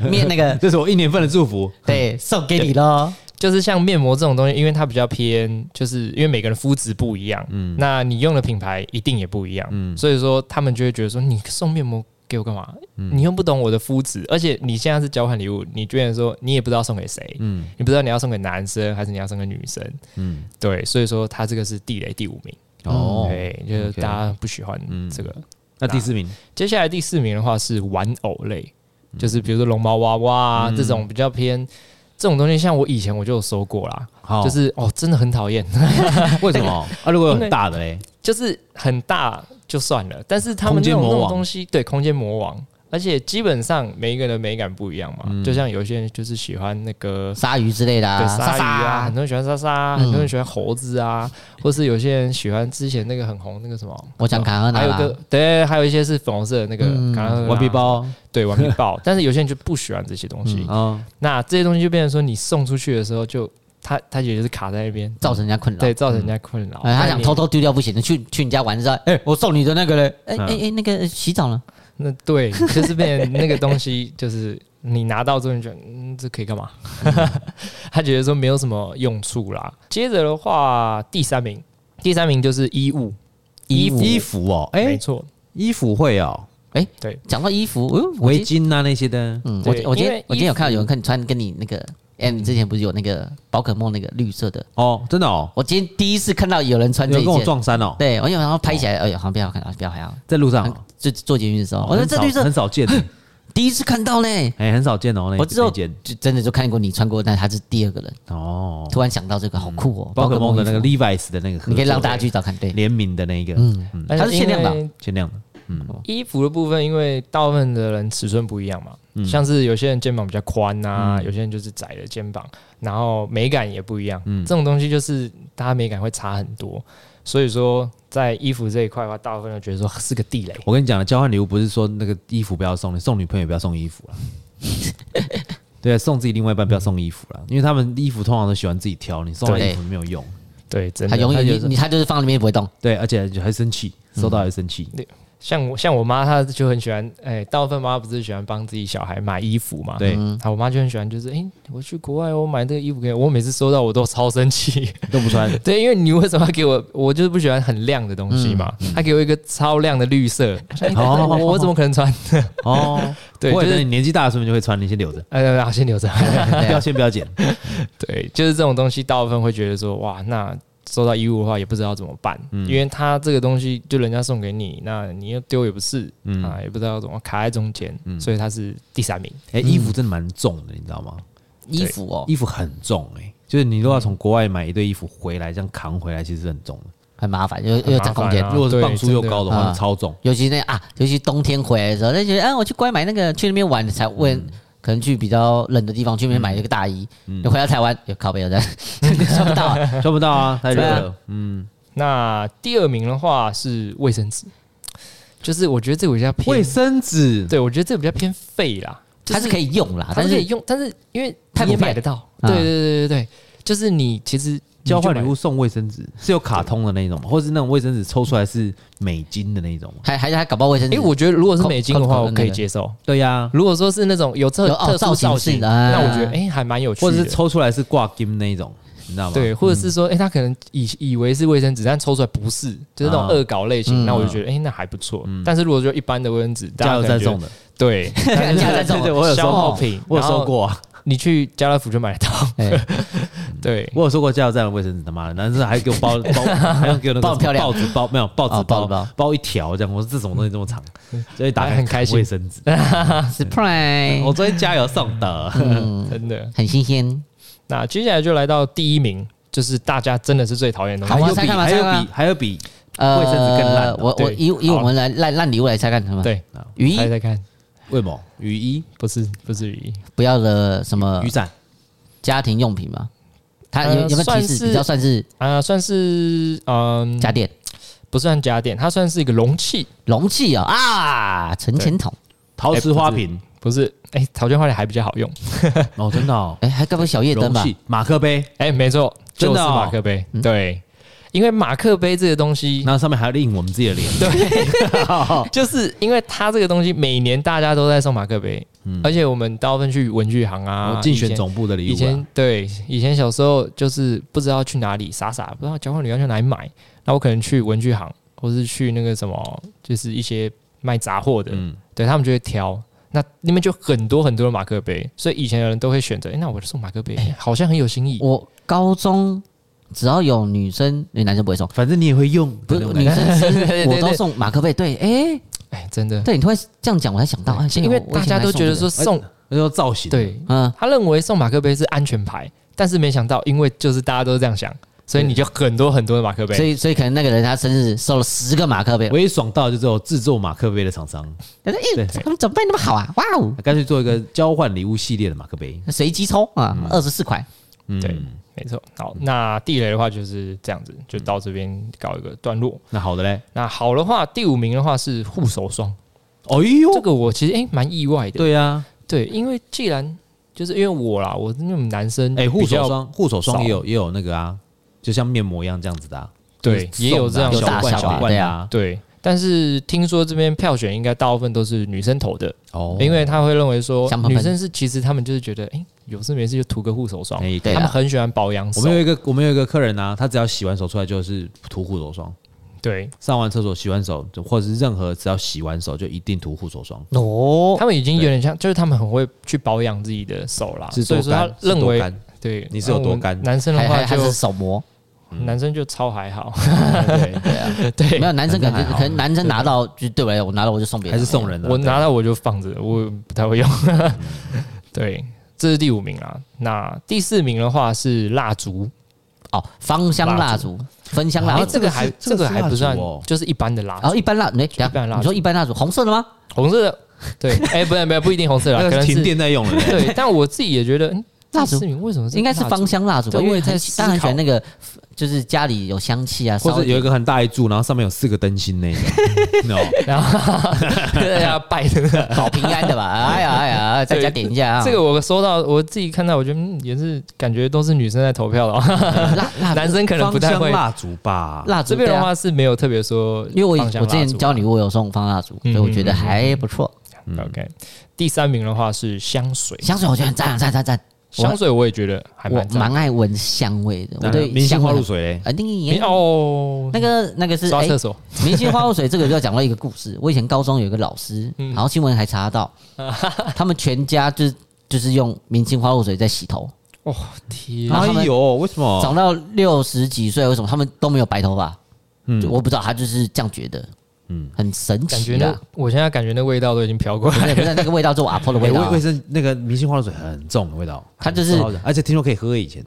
面那个这是我一年份的祝福。对送给你喽，就是像面膜这种东西，因为它比较偏，就是因为每个人肤质不一样，嗯，那你用的品牌一定也不一样，嗯，所以说他们就会觉得说，你送面膜给我干嘛？你又不懂我的肤质，而且你现在是交换礼物，你居然说你也不知道送给谁，嗯，你不知道你要送给男生还是你要送给女生，嗯，对，所以说它这个是地雷第五名，哦，嗯对，就是 OK 大家不喜欢这个。那第四名接下来第四名的话是玩偶类，就是比如说龙猫娃娃啊、这种比较偏。这种东西像我以前我就有收过啦，好就是哦，真的很讨厌， 为什么啊？如果有很大的嘞，就是很大就算了，但是他空们那间种那魔种王东西，对，空间魔王，而且基本上每一个人的美感不一样嘛，就像有些人就是喜欢那个鲨鱼之类的对啊，鲨鱼啊，鲨很多人喜欢莎莎，很多人喜欢猴子啊，或是有些人喜欢之前那个很红那个什么，我讲卡赫纳还有啦个对，还有一些是粉红色的那个卡赫纳顽皮，包对，顽皮豹， 但是有些人就不喜欢这些东西，啊，那这些东西就变成说，你送出去的时候就，它它也就是卡在那边，造成人家困扰对，。造成人家困扰。哎，他想那你偷，偷丢掉不行，去去你家玩知道？哎，我送你的那个嘞，哎哎哎，那个洗澡了，那对，就是变成那个东西，就是你拿到之后，你觉得嗯，这可以干嘛？ 他觉得说没有什么用处啦。接着的话，第三名，第三名就是衣物，衣服哦，没哎，错，衣服会哦，讲到衣服，哦我今围巾啊那些的，嗯，我对我今因天为我今天有衣服看到有人看你穿跟你那个，哎、你之前不是有那个宝可梦那个绿色的？哦，真的哦，我今天第一次看到有人穿这有一跟我件，撞衫哦，对，我有然后拍起来，哎呦，好像不要看，不要还好，在路上哦，就做捷运的时候，哦我说很这少绿色很少见，第一次看到嘞，哎，很少见哦，那我之后那件就真的就看过你穿过，但他是第二个人，哦，嗯突然想到这个好酷哦，宝可梦的那个衣服 Levi's 的那个合作，你可以让大家去找看，对，联名的那一个，嗯嗯，它是限量版因为限量的，衣服的部分，因为大部分的人尺寸不一样嘛，像是有些人肩膀比较宽啊，有些人就是窄的肩膀，然后美感也不一样。这种东西就是大家美感会差很多，所以说在衣服这一块的话，大部分人觉得说是个地雷。我跟你讲了，交换礼物不是说那个衣服不要送，你送女朋友也不要送衣服 了。对，啊送自己另外一半不要送衣服嗯了，因为他们衣服通常都喜欢自己挑，你送了对衣服没有用。对，真他的。永远他你就是你他就是放在里面不会动，对，而且还生气，嗯收到还生气。像我像我妈，她就很喜欢，哎、大部分妈妈不是喜欢帮自己小孩买衣服嘛？对，嗯她我妈就很喜欢，就是哎、我去国外，我买这个衣服给我，我每次收到我都超生气。 都不穿，对，因为你为什么要给我？我就是不喜欢很亮的东嗯西嘛。他给我一个超亮的 绿色，哦我我怎么可能穿？ 哦，对我就等是你年纪大的时候你就会穿，你先留着，呃，好先留着。 啊 不要先不要剪。对，就是这种东西，大部分会觉得说，哇，那收到衣物的话也不知道怎么办，嗯因为他这个东西就人家送给你，那你又丢也不是、嗯啊，也不知道怎么卡在中间，所以他是第三名。哎，衣服真的蛮重的，你知道吗？衣服哦，衣服很重哎，就是你如果要从国外买一堆衣服回来，这样扛回来其实很重的。很麻烦，又又占空间啊。如果是对磅数又高的真的话，啊超重。尤其那啊，尤其冬天回来的时候，就觉得，啊，我去国外买那个，去那边玩才问，可能去比较冷的地方，去那边买一个大衣，你回到台湾， 有靠背有在，穿不到啊、穿不到啊，太热对了。那第二名的话是卫生纸，就是我觉得这个比较卫偏，生纸，对我觉得这个比较偏废啦，就它是可以用啦，它但是可以是用，但是因为太你也普遍买得到，啊对对对对对，就是你其实你交就换买礼物送卫生纸是有卡通的那种吗？或是那种卫生纸抽出来是美金的那种吗？还还是还搞不好卫生纸。哎、我觉得如果是扣美金的扣话，扣我的可以那个接受。对呀、如果说是那种有特有哦特殊造型造式型，的啊那我觉得哎、还蛮有趣或的。者是抽出来是挂金那一种，你知道吗？对，或者是嗯说，哎、他可能以以为是卫生纸，但抽出来不是，就是那种啊恶搞类嗯型。那我就觉得，哎、那还不错。但是如果说一般的卫生纸，大加家油可能站觉得送的， 对，人家在这对对种，我有消收耗过，品，我有然后收过啊，你去家乐福就买得到。哎 对，我有收过加油站的卫生纸，他妈的，男生还给我包包，还要给我那个包很漂亮报纸包没有报哦纸包包包包一条这样，我说这种东西这么长，所以打开还很开心卫生纸，嗯 ，surprise，嗯我昨天加油送的，真的。很新鲜。那接下来就来到第一名，就是大家真的是最讨厌的东还西。好有比啊猜看吧还有猜看比吧还有比呃，卫生纸更烂的我我对以以好我们来烂烂礼物来猜看什么？，对，雨衣猜猜看，为什么雨衣、不是不是雨衣，不要的什么雨伞？家庭用品嘛？它呃有有没有提算示？是比较算是啊、算是嗯，家电不算家电，它算是一个容器，容器哦啊，存钱筒。陶瓷哎不是花瓶不是？哎、陶瓷花里还比较好用。哦，真的哦，哎，还该不会小夜灯容吧？器、马克杯，哎、没错，真就的是哦马克杯。对，因为马克杯这个东西，那上面还要印我们自己的脸。就是因为它这个东西，每年大家都在送马克杯，而且我们大部分去文具行啊我，嗯哦竞以选前总部的礼以物前啊，对对以前小时候就是不知道去哪里，傻傻不知道交换礼物要去哪里买，那我可能去文具行，或是去那个什么，就是一些卖杂货的，嗯对他们就会挑。那里面就很多很多的马克杯，所以以前的人都会选择，哎、那我就送马克杯，哎好像很有新意。我高中只要有女生，因为男生不会送，反正你也会用，不是对女对生生 对对日对我都送马克杯。对，哎，哎、真的，对你突然这样讲，我才想到，哎，因为大家都觉得说这个送，哎那叫造型。，对嗯，他认为送马克杯是安全牌，但是没想到，因为就是大家都这样想，所以你就很多很多的马克杯。所以所以可能那个人他生日收了十个马克杯，唯一爽到就只有制作马克杯的厂商，他说：“哎对，他们怎么办那么好啊？哇哦，干脆做一个交换礼物系列的马克杯。随机抽啊，二十四块。嗯，对，没错。好，那地雷的话就是这样子，就到这边搞一个段落。那好的嘞，那好的话，第五名的话是护手霜，哎呦这，个我其实诶蛮、意外的。对啊呀，对，啊因为既然就是因为我啦，我因为我们男生哎，护比较手霜，护手霜少也有也有那个啊，就像面膜一样这样子的啊，对就是也有这送的啊有样小大小罐小小啊罐对的啊啊，对。但是听说这边票选应该大部分都是女生投的，哦啊因为他会认为说香喷喷女生是其实他们就是觉得诶、有事没事就涂个护手霜，哎对他啊们很喜欢保养我手们。有一个我们有一个客人啊，他只要洗完手出来就是涂护手霜，对，上完厕所洗完手，就或者是任何只要洗完手就一定涂护手霜。哦，他们已经有点像，就是他们很会去保养自己的手啦，是所多以说他干，是认多为干对，啊你是有那我们多干嗯男生的还话还还就是手模，男生就超还好， 对对啊，对没有男生感觉还好可能男生拿到就对我来讲，我拿到我就送别还人，是送人的。啊嗯我对拿到我就放着，我不太会用。 对，这是第五名啊。那第四名的话是蜡烛，哦，芳香蜡烛、芬香蜡哎烛。这个这还个是这个还不蜡算烛哦，就是一般的蜡然后烛，一般蜡，哎，等一一下般蜡烛你说一般蜡烛，红色的吗？红色的。对，哎，不是，没有不一定红色啦，啊那可个能是是停。电在用的。 对，但我自己也觉得，嗯，蜡第烛四名为什么应该是蜡烛芳香蜡烛吧，对因我为也很在当然喜思考欢那个，就是家里有香气啊，或稍者微 有一个很大一柱，然后上面有四个灯芯那 种，no，然后 对啊，拜的那个。保平安的吧。 哎呀哎呀，在家点一下 啊。这个我收到，我自己看到，我觉得嗯也是感觉都是女生在投票了， 蜡啊蜡男生可能不芳太香会。蜡烛吧？蜡烛这边对的啊话是没有特别说，因为我以啊我之前教你。女巫有送放蜡嗯烛，所以我觉得还不错。 OK，第三名的话是香水，香水我觉得很赞赞赞赞，我香水我也觉得还我蛮赞蛮爱闻香味的。那我对明星香味花很露水嘞，啊，你你哦，那个那个是刷哎厕，所，明星花露水这个就要讲到一个故事。我以前高中有一个老师，嗯然后新闻还查 到，他们全家就是就是用明星花露水在洗头，哦天然后他们哎呦，为什哦么？长到六十几岁，为什么他们都没有白头发？嗯就我不知道，他就是这样觉得，嗯，很神感觉奇啊那。我现在感觉那味道都已经飘过不来是了，不是那个味道，是我阿婆的味道哎啊卫卫，生那个明星花露水很重的味道，它就是很糟的而且听说可以喝以前，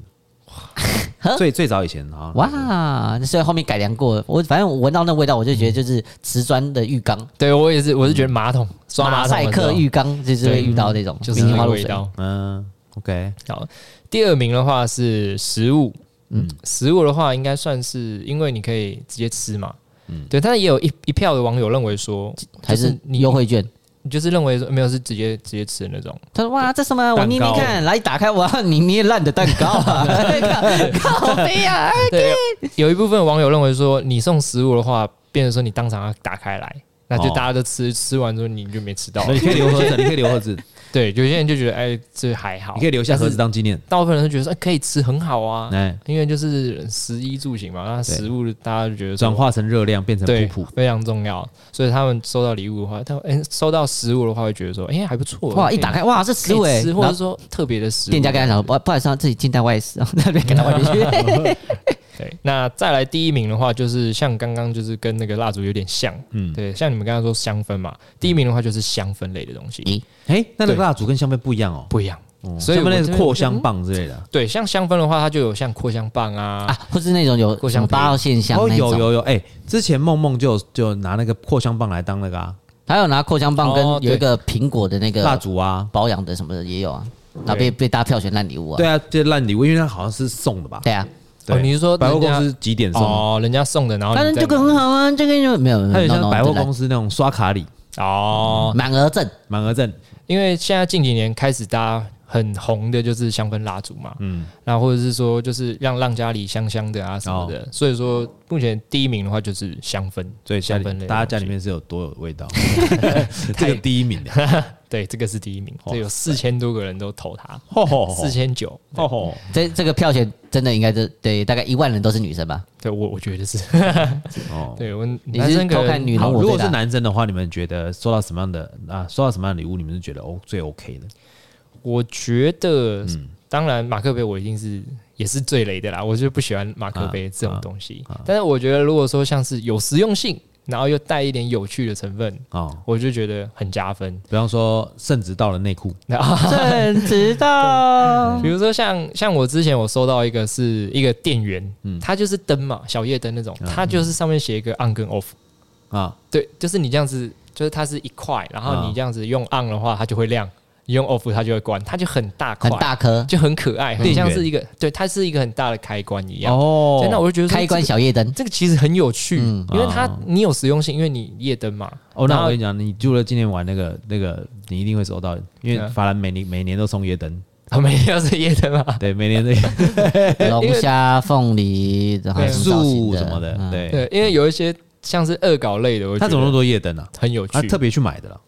最最早以前啊，哇！所以后面改良过了，我反正我闻到那味道，我就觉得就是瓷砖的浴缸， 对我也是，我是觉得马桶刷嗯马马桶的赛时候克浴缸就是会遇到这种，就是明星那花个露味水。道。嗯，OK，好，第二名的话是食物，嗯，食物的话应该算是因为你可以直接吃嘛，嗯，对，但是也有一一票的网友认为说，还就是你优惠券。你就是认为说没有是直接直接吃的那种，他说：“哇，这什么？我蛋捏糕捏看，来打开，哇，你捏烂的蛋糕啊！ 靠背啊！对，有一部分网友认为说，你送食物的话，变成说你当场要打开来，那就哦大家都吃，吃完之后你就没吃到那。你可以留盒子，你可以留盒子，你 对，有些人就觉得，哎，这还好可。以留下盒子当纪念。大部分人都觉得说，哎可以吃很 好啊，哎，因为就是食衣住行嘛，那食物大家就觉得说转化成热量变成对普普，非常重要，所以他们收到礼物的话，他们哎收到食物的话，会觉得说，哎还不错。哇，一打开开，哇，这食物哎！”吃，或然者后说特别的食物。店家跟他讲：“不不好意思啊，自己近代外食， 那边赶到外面去。 对，那再来第一名的话，就是像刚刚就是跟那个蜡烛有点像，嗯，对，像你们刚刚说香氛嘛，第一名的话就是香氛类的东西，咦哎，那那个对蜡烛跟香氛不一样哦，不一样，所以下面我那这是边扩香棒之类的。对，像香氛的话，它就有像扩香棒啊，啊，或是那种有扩什香么八号现象哦，那种，有有有，哎、之前梦梦就就拿那个扩香棒来当那个啊还有拿扩香棒跟哦对有一个苹果的那个蜡烛啊，保养的什么的也有啊，然后对被被大家票选烂礼物啊，对啊，这烂礼物，因为它好像是送的吧？对啊，对哦你是说百货公人家司几点送？哦，人家送的，然后你当然再这个很好啊，这个就没有，它有 no，像 no，百货公对司那种刷卡礼、哦，满额赠，满额赠，因为现在近几年开始大家很红的就是香氛蜡烛嘛，嗯，然后或者是说就是让让家里香香的啊什么的，所以说目前第一名的话就是香氛，哦所以家香里氛类的大家东家西里面是有多有味道， 这个第一名的，对这个是第一名，哇哦这有四千多个人都投它，吼吼四千九，吼吼，这这个票选真的应该是对，大概一万人都是女生吧？对我我觉得是，哦。 对我你男是生可偷能看女好，人我如最果是大，男生的话，你们觉得收到什么样的啊？收到什么样的礼物，你们是觉得哦最 OK 的？我觉得，嗯当然马克杯我一定是也是最雷的啦，我就不喜欢马克啊杯这种东西。但是我觉得，如果说像是有实用性，然后又带一点有趣的成分，哦，我就觉得很加分。 比方说圣旨到了内裤，然后正直到比如说像像我之前我收到一个是一个店员，嗯它就是灯嘛，小夜灯那啊种，它就是上面写一个 on 跟 off，啊，对，就是你这样子，就是它是一块，然后嗯你这样子用 on 的话，它就会亮；你用 off 它就会关，它就很大块，很大颗，就很可爱，很电像源是一个对，它是一个很大的开关一样。哦对，那我就觉得说开关这个小夜灯，这个其实很有趣，嗯因为它哦你有实用性，因为你夜灯嘛。哦，那然后我跟你讲，你除了今年玩那个那个，你一定会收到，因为嗯法兰每年每年都送夜灯，啊，每天要是夜灯嘛。对，每年都 龙虾、凤梨，然后对什么造型树的什么的，嗯，对，对，因为有一些像是恶搞类的，我他觉怎得么那么多夜灯啊？很有趣他。特别去买的了，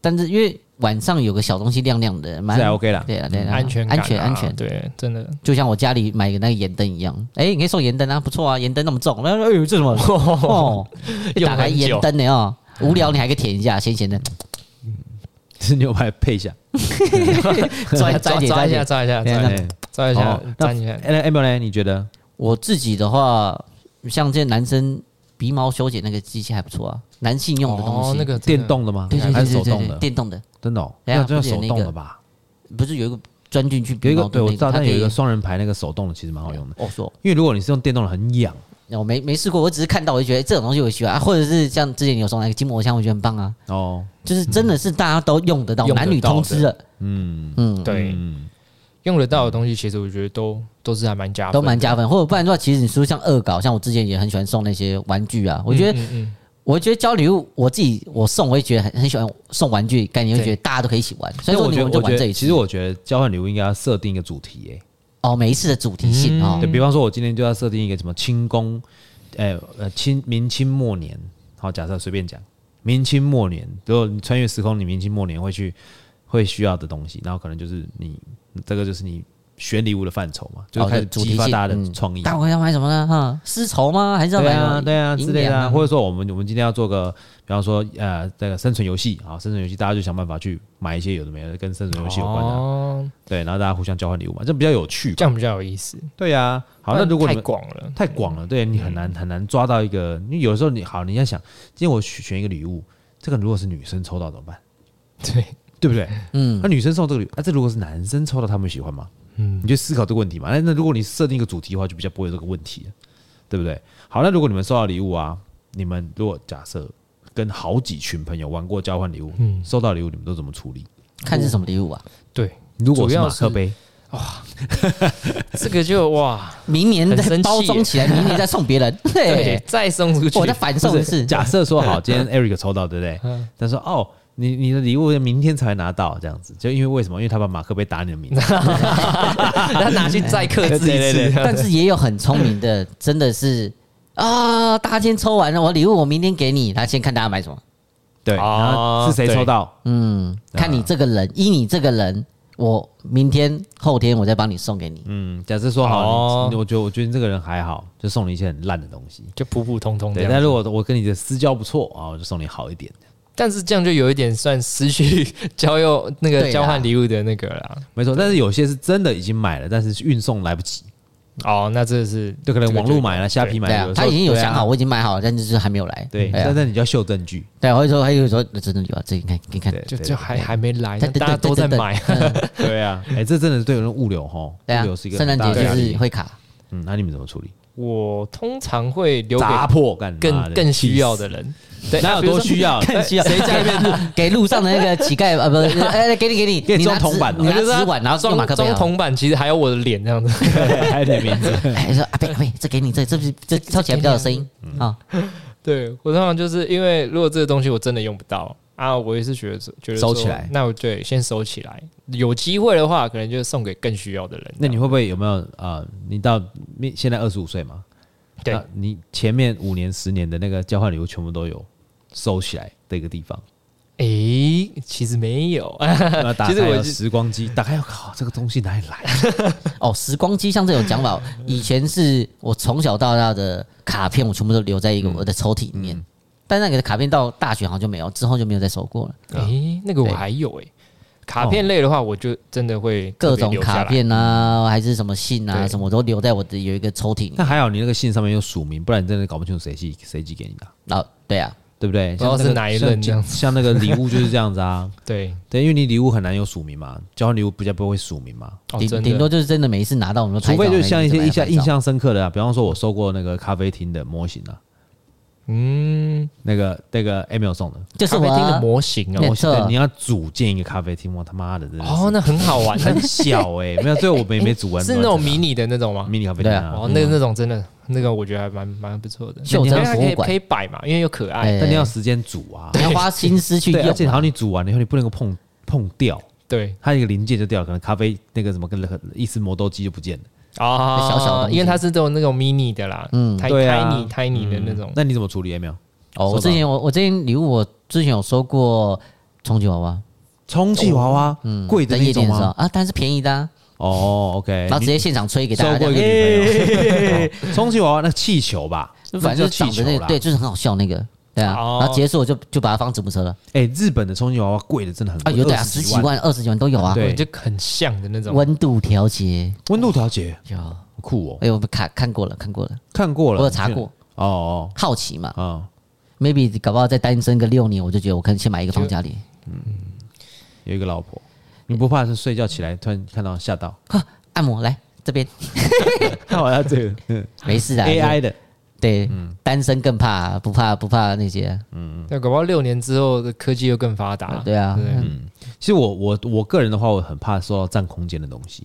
但是因为晚上有个小东西亮亮的，蛮是还 OK 嗯啦。对啊对啊，安全感安啊全安全，对，真的就像我家里买的那个盐灯一样，哎，你可以送盐灯啊，不错啊，盐灯那么重，那哎 呦这什么哦，一打开盐灯的哦，无聊你还可以舔一下，咸 咸的，是牛排配一下。抓一点抓抓抓一下，点。抓一下，对啊抓那一下，哎抓一下哦，抓一下。哎那 Amber 呢？你觉得？我自己的话，像这些男生鼻毛修剪那个机器还不错啊，男性用的东西，哦，那个真的电动的吗对？对还对是对手对动对，的？电动的，真的哦，对啊那就是不是有手那动个的吧？不是有一个钻进去有鼻一个毛的对那我个，知道，它但可有一以个双人牌那个手动的其实蛮好用的，哦，说因为如果你是用电动的，很痒。我没没试过，我只是看到我就觉得这种东西我喜欢，啊或者是像之前你有送那个筋膜枪，我觉得很棒啊，哦，就是真的是大家都用得到，用得到男女通吃的，嗯，嗯，对嗯用得到的东西，其实我觉得都都是还蛮加分的，都蛮加分。或者不然的话，其实你说像恶搞，像我之前也很喜欢送那些玩具啊，我觉得嗯。嗯嗯我觉得交礼物，我自己我送，我也觉得很很喜欢送玩具，感觉会对觉得大家都可以一起玩，所但以说我你觉得，们就我玩觉这得，一其次实我觉得交换礼物应该要设定一个主题，哎，哦，每一次的主题性哦嗯对，比方说，我今天就要设定一个什么清宫，呃呃清明清末年，好，假设随便讲，明清末年，如果你穿越时空，你明清末年会去会需要的东西，然后可能就是你这个就是你选礼物的范畴嘛，就是哦开始主激题发性大家的嗯创意。大家要买什么呢？哈，丝绸吗？还是要对买啊，对啊，之类的、啊，或或者说我们我们今天要做个，比方说呃，这个生存游戏啊，生存游戏大家就想办法去买一些有的没的跟生存游戏有关的啊、哦，对，然后大家互相交换礼物嘛，这比较有趣吧。这样比较有意思。对啊，好，那如果你太们广了，太广了，对你很嗯难很难抓到一个。你有时候你好，你要想，今天我选选一个礼物，这个如果是女生抽到怎么办？对，对不对？嗯那、，女生送这个礼物，那、啊这如果是男生抽到，他们喜欢吗？嗯你就思考这个问题嘛。那那如果你设定一个主题的话，就比较不会有这个问题了，对不对？好，那如果你们收到礼物啊，你们如果假设跟好几群朋友玩过交换礼物，嗯收到礼物你们都怎么处理？看是什么礼物啊？对，如果是主要马是克杯，这个 就哇，明年很再生气包装起来，明年再送别人。对对，，再送出去我，在反送不一是次。假设说 好，今天 Eric 抽到，对不对？嗯他说哦，你你的礼物明天才拿到，这样子，就因为为什么？因为他把马克杯打你的 名字。 他拿去再克制对一对对次。但是也有很聪明的，真的是啊，大家今天抽完了，我礼物我明天给你，他先看大家买什么。对，哦然后是谁抽到？嗯，看你这个人，依你这个人，我明天后天我再帮你送给你。嗯，假设说好，哦你我觉得我觉得你这个人还好，就送你一些很烂的东西。就普普通通对，这样，但如果我跟你的私交不错啊，我就送你好一点。但是这样就有一点算失去交友那对啊个啦交换礼物的那个啦。没错，但是有些是真的已经买了，但是运送来不及。哦，那这是就可能网络买了，虾皮买对了，啊有，时候他已经有对啊想好，我已经买好了，但就是还没有来。对，对啊但是你就要秀证 据，对，啊或者说还有说真的有啊，这你看，你看，对，就对就对还还没来，但但大家都在买。但但但但对啊，哎，这真的是对人物流哈，对物啊流是一，个圣很诞大节的压就力是会卡，嗯，那你们怎么处理？我通常会留给砸破干妈更的更气需 要死的人，对，哪有多需 要？哎更需要谁家里面给路上的那个乞丐啊，不 是，哎，给你给你，给你你拿装纸铜板哦你拿就是他纸碗，然后用马装克杯装啊。铜板，其实还有我的脸这样子。 还有你的名字，哎，说阿贝阿贝，这给你，这这不是这凑起来比较有声音啊。对我通常就是因为如果这个东西我真的用不到啊，我也是觉得觉得说收起来那我对先收起来，有机会的话可能就送给更需要的人。那你会不会有没有啊、呃你到面现在二十五岁嘛？对呃那你前面五年、十年的那个交换礼物全部都有收起来的一个地 方。诶、其实没有，啊那打其实开我了是时光机，打开，靠，这个东西哪里 来？哦，时光机像这种讲法，以前是我从小到大的卡片，我全部都留在一个我的抽屉里面。但那个卡片到大学好像就没有，之后就没有再收过了。诶、那个我还有诶、卡片类的话，我就真的会特哦各别种留下卡来。片啊，还是什么信啊，对什么我都留在我的有一个抽屉里那面。还好你那个信上面有署名，不然你真的搞不清楚谁寄谁寄给你的啊、然后对啊，对不对？不知道像那个是哪一像任这样子像那个礼物就是这样子啊。对，对，因为你礼物很难有署名嘛，交换礼物比较不会署名嘛，哦，顶真顶的多，就是真的每一次拿到我们都拍除照非就是像一些印象印。每次都拍照象深刻的啊，比方说我收过那个咖啡厅的模型啊，嗯，那个那个 Emil 送的，就是咖我啡厅啊的模型没哦我对，现错在你要组建一个咖啡厅，我他妈的真的是哦，那很好 玩，很小哎、没有，最后我们也没组完，是那啊种迷你的那种吗？迷你咖啡厅对啊哦。，那个那种真的，那个我觉得还蛮蛮不错的，袖因珍为它博可物以馆可以摆嘛，因为又可爱，哎但你要时间组啊你，要花心思去对，而且用好啊。像你组完了以后，你不能够碰碰掉，对它一个零件就掉了，可能咖啡那个什么跟一丝磨豆机就不见了。啊，小小的东西因为它是这种那种 mini 的啦，嗯嗯对啊，tiny tiny 的那种，那你怎么处理？有没有哦，我收到之前我我之前礼物我之前有收过充气娃娃，充气娃娃，贵的在那夜种店的时候吗？啊，但是便宜的啊，哦，OK，然后直接现场吹给你大收家过这一个样。哎女朋友，哦充气娃娃那气球吧，那反正就叫是长气得球那啦个，。对，就是很好笑那个，对啊。哦然后结束我就就把它放纸木车了哎，日本的充气娃娃贵的真的很啊，贵，有的啊， 20十几，万、二十几万都有啊。对就很像的那种。温度调节温度调节有，酷哦，哎，我们看看过了，看过了，看过了，我有查你去过，哦好奇嘛哦，啊， ，maybe 搞不好再单身个六年，我就觉得我可能先买一个放家里。有一个老婆，你不怕是睡觉起来突然看到吓到？按摩来 这边看完他这个 没事的啊 AI 的，对，嗯单身更怕，不怕不怕那些，那搞不好六年之后的科技又更发达，对啊，其实我我我个人的话，我很怕受到占空间的东西，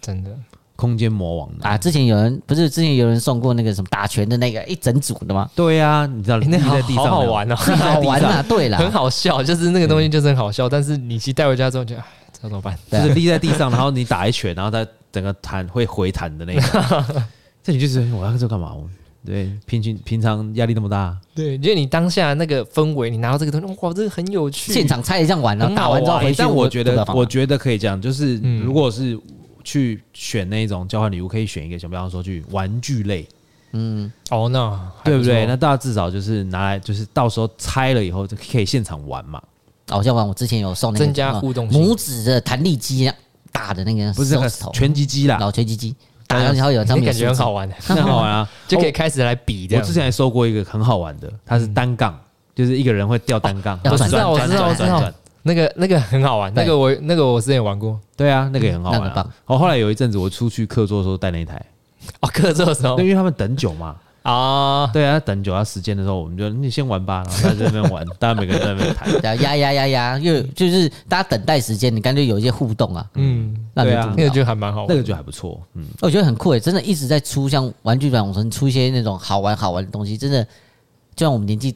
真的。空间魔王的。啊，之前有人不是之前有人送过那个什么打拳的那个一整组的吗？ 对啊，你知道欸立那好在地上好好那种玩哦，立在 哎好地玩上啊，对啦， 很好笑，就是那个东西就是很好笑，但是你其实带回家之后就，哎，这怎么办？对就啊是立在地上，然后你打一拳，然后它整个弹会回弹的那种。 这你就觉得我要这干嘛？我对，平均平常压力那么大，对，因为你当下那个氛围，你拿到这个东西，哇，这个很有趣。现场拆一这样玩了，很打好完之后玩回去就，哎但我觉就得不要放啊我了觉得可以这样，就是嗯如果是去选那种交换礼物，可以选一个，像比方说去玩具类，哦，那对不对？那大家至少就是拿来，就是到时候拆了以后就可以现场玩嘛。哦，像玩我之前有送那个增加什么互动性拇指的弹力机啊打的那个不是那个手指头，拳击机啦，老拳击机打上去后有上 你面有感觉很数字好，玩，。那好玩啊就可以开始来比 我这样。嗯之前还收过一个很好玩的，它是单杠，就是一个人会吊单杠，然要后转转哦我转知道转我知道转转。那个那个很好玩，对那个我那个我之前有玩过。对啊，那个也很好玩嗯那很啊棒。我后来有一阵子我出去客座的时候带那一台，哦，课桌的时候对，因为他们等久 嘛，啊，对啊，等久要时间的时候，我们就你先玩吧，然后大家在那边 玩，大家每个人在那边谈。对啊压压压压，又就是大家等待时间，你干脆有一些互动啊，嗯，让对啊你那个就就还蛮好那玩。个就还不错，嗯，我觉得很酷诶，真的一直在出像玩具软城出一些那种好玩好玩的东西，真的就像我们年纪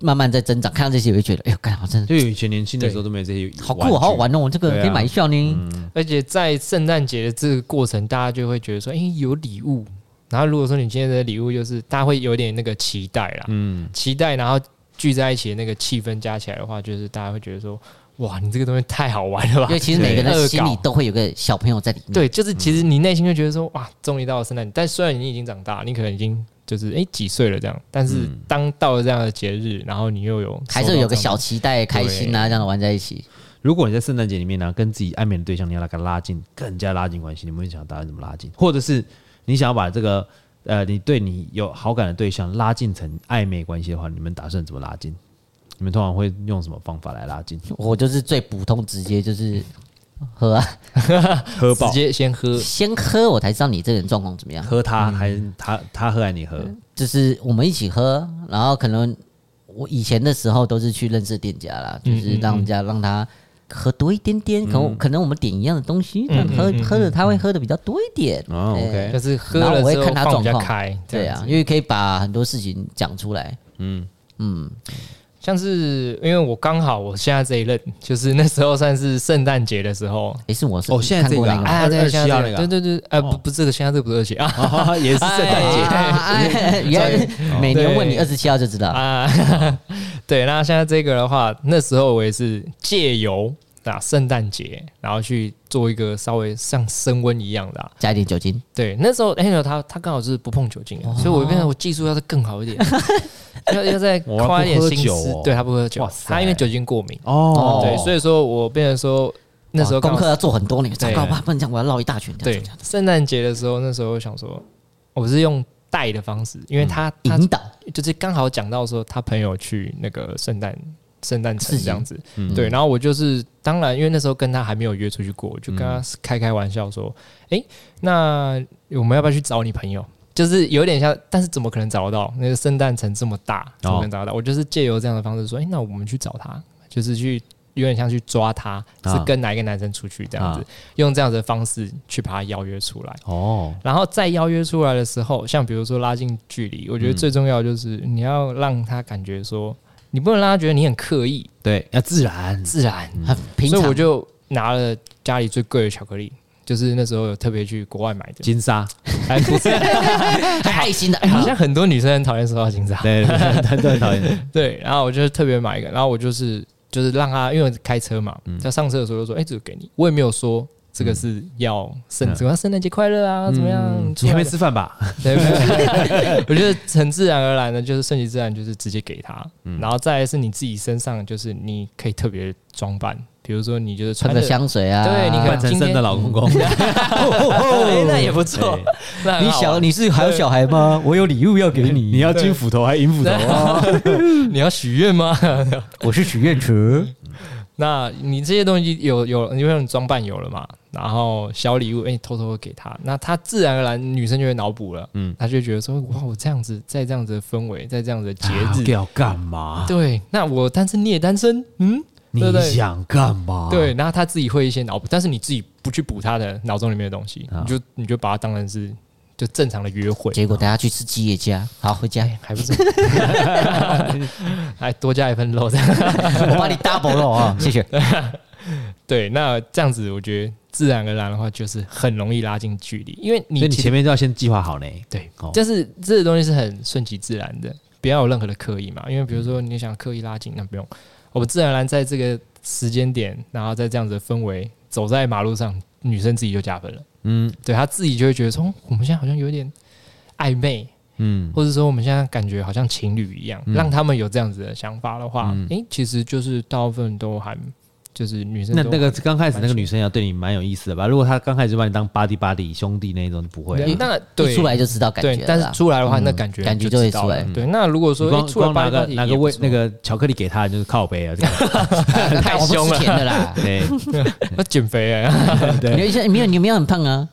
慢慢在增长，看到这些我就觉得，哎呦，干好真的就以前年轻的时候都没有这些，好酷哦，好好。玩哦，这个对啊可以买一票呢。而且在圣诞节的这个过程，大家就会觉得说，哎，有礼物。然后如果说你今天的礼物就是大家会有点那个期待啊啦，嗯，期待，然后聚在一起的那个气氛加起来的话，就是大家会觉得说，哇，你这个东西太好玩了吧因为？其实每个对啊人心恶里搞都会有个小朋友在里面。对，就是其实嗯你内心就觉得说，哇，终于到了圣诞节，但虽然你已经长大，你可能已经就是哎几岁了这样，但是嗯当到了这样的节日，然后你又有还收是到有个这样小的期待，开心啊，这样的玩在一起。如果你在圣诞节里面呢、跟自己暧昧的对象，你要把他拉近，更加拉近关系，你们会想打算怎么拉近？或者是你想要把这个呃，你对你有好感的对象拉近成暧昧关系的话，你们打算怎么拉近？你们通常会用什么方法来拉近？我就是最普通，直接就是喝啊，喝直爆接先喝，先喝，我才知道你这个人状况怎么样。喝他，还是他他喝还是你喝？嗯就是我们一起喝，然后可能我以前的时候都是去认识店家啦，就是让人家让他喝多一点点，可能可能我们点一样的东西，但喝喝的他会喝的比较多一点。哦对，OK 就是喝然后了我会之后看他放状比较况开，这对样啊，子因为可以把很多事情讲出来。像是因为我刚好我现在这一任，就是那时候算是圣诞节的时候。诶，是我是哦现在看过这个那啊个二对，二现七在号这那个个对对对，呃，哦不不，这个现在这个不是二七啊哦 也是圣诞节，啊 哎原来每年问你二十七号就知道，啊， 对，那现在这个的话，那时候我也是借由啊圣诞节，然后去做一个稍微像升温一样的啊、加一点酒精，对，那时候 Angel 他他刚好是不碰酒精的，所以我变成我技术要再更好一点， 要要再哇花一点不喝心酒思。哦对他不喝酒哇，塞他因为酒精过敏，哦，对，所以说我变成说那时候哇刚功好课要做很多，你们糟对糕吧？不能这样，我要绕一大圈。这对样子圣诞节的时候，那时候我想说我是用带的方式，嗯因为他他引导就是刚好讲到说他朋友去那个圣诞圣诞城自己这样子，嗯对，然后我就是当然，因为那时候跟他还没有约出去过，我就跟他嗯开开玩笑说，诶，那我们要不要去找你朋友？就是有点像，但是怎么可能找得到？那个圣诞城这么大，哦怎么可能找得到？我就是借由这样的方式说，诶，那我们去找他，就是去有点像去抓他，啊是跟哪一个男生出去这样子，啊用这样子的方式去把他邀约出来。哦，然后再邀约出来的时候，像比如说拉近距离，我觉得最重要就是你要让他感觉说，你不能让他觉得你很刻意，对，要自然，自然。很平嗯所以常我。就拿了家里最贵的巧克力，就是那时候有特别去国外买的。金 沙，哎，不是，还爱心的，嗯哎好像很多女生很讨厌收到金沙。对，对对很多人讨厌，对，然后我就特别买一个，然后我就是就是让他，因为我开车嘛，在上车的时候就说，哎，这个给你，我也没有说。这个是要圣，嗯什么圣诞节快乐啊？怎么样？出你来还没的吃饭吧？ 对，没有 我觉得很自然而然的，就是顺其自然，就是直接给他。然后再来是你自己身上，就是你可以特别装扮，比如说你就是喷穿个着，香水啊，哦对你可扮成今天生的老公公， 哎那也不错。那很你好啊小玩你是还有小孩吗？我有礼物要给 你你，要金斧头还银斧头啊？你要许愿吗？ 我是许愿 池，那你这些东西有有，因为你装扮有了嘛，然后小礼物，哎、偷偷地给他，那他自然而然女生就会脑补了，嗯嗯，她就会觉得说，哇，我这样子，在这样子的氛围，在这样子的节日，啊要干嘛？对，那我单身你也单身，嗯，你对不对想干嘛？对，，然后他自己会一些脑补，但是你自己不去补他的脑中里面的东西，啊你就你就把它当成是就正常的约会，结果大家去吃鸡也加，好回家，还不错，还哎多加一份肉这样。 我帮你 double 了啊，谢谢。对，那这样子我觉得自然而然的话，就是很容易拉近距离，因为所以你你其实前面就要先计划好呢。对哦，就是这个东西是很顺其自然的，不要有任何的刻意嘛。因为比如说你想刻意拉近，那不用，我们自然而然在这个时间点，然后在这样子的氛围走在马路上，女生自己就加分了。嗯对她自己就会觉得说，哦我们现在好像有点暧昧，嗯，或者说我们现在感觉好像情侣一样，嗯让他们有这样子的想法的话，嗯诶，其实就是大部分都还就是女生那都那个刚开始那个蛮女生要对你蛮有意思的吧？如果她刚开始就把你当 buddy buddy 兄弟那种，你不会啊对，？那对一出来就知道感对觉，了但啦，嗯是出来的话，那感觉感觉就就会知道出来了对，那如果说你诶光出来光拿个 party 拿个也不位错那个巧克力给她，就是靠背啊，这 个 太我不凶吃了，甜的 啦。对，要减肥哎。你有一些没有你没有很胖啊？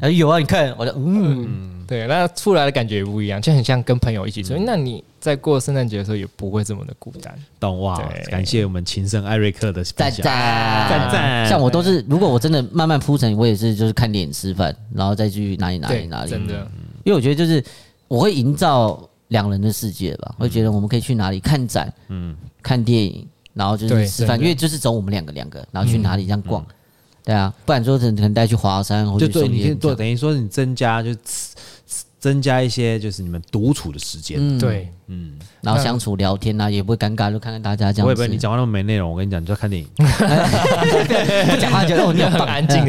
哎有啊，你看我的嗯， 对，那出来的感觉也不一样，就很像跟朋友一起出去。那你在过圣诞节的时候也不会这么的孤单。懂哇对！感谢我们情圣艾瑞克的赞分赞享，赞赞像我都是，如果我真的慢慢铺陈，我也是就是看脸吃饭，然后再去哪里哪里对哪，里，真的，因为我觉得就是我会营造两人的世界吧，会觉得我们可以去哪里看展，嗯，看电影，然后就是对吃饭，真的因为就是走我们两个两个，然后去哪里这样逛，对啊，不然说可能可能带去华山或就者去对，松你可以烟这做，样，等于说你增加就是刺刺增加一些就是你们独处的时间。嗯，对，然后相处聊天啊，也不会尴尬，就看看大家这我样也不子，会，你讲话那么没内容，我跟你讲，你就看电 影，不讲话觉得哦你很 很棒，安静。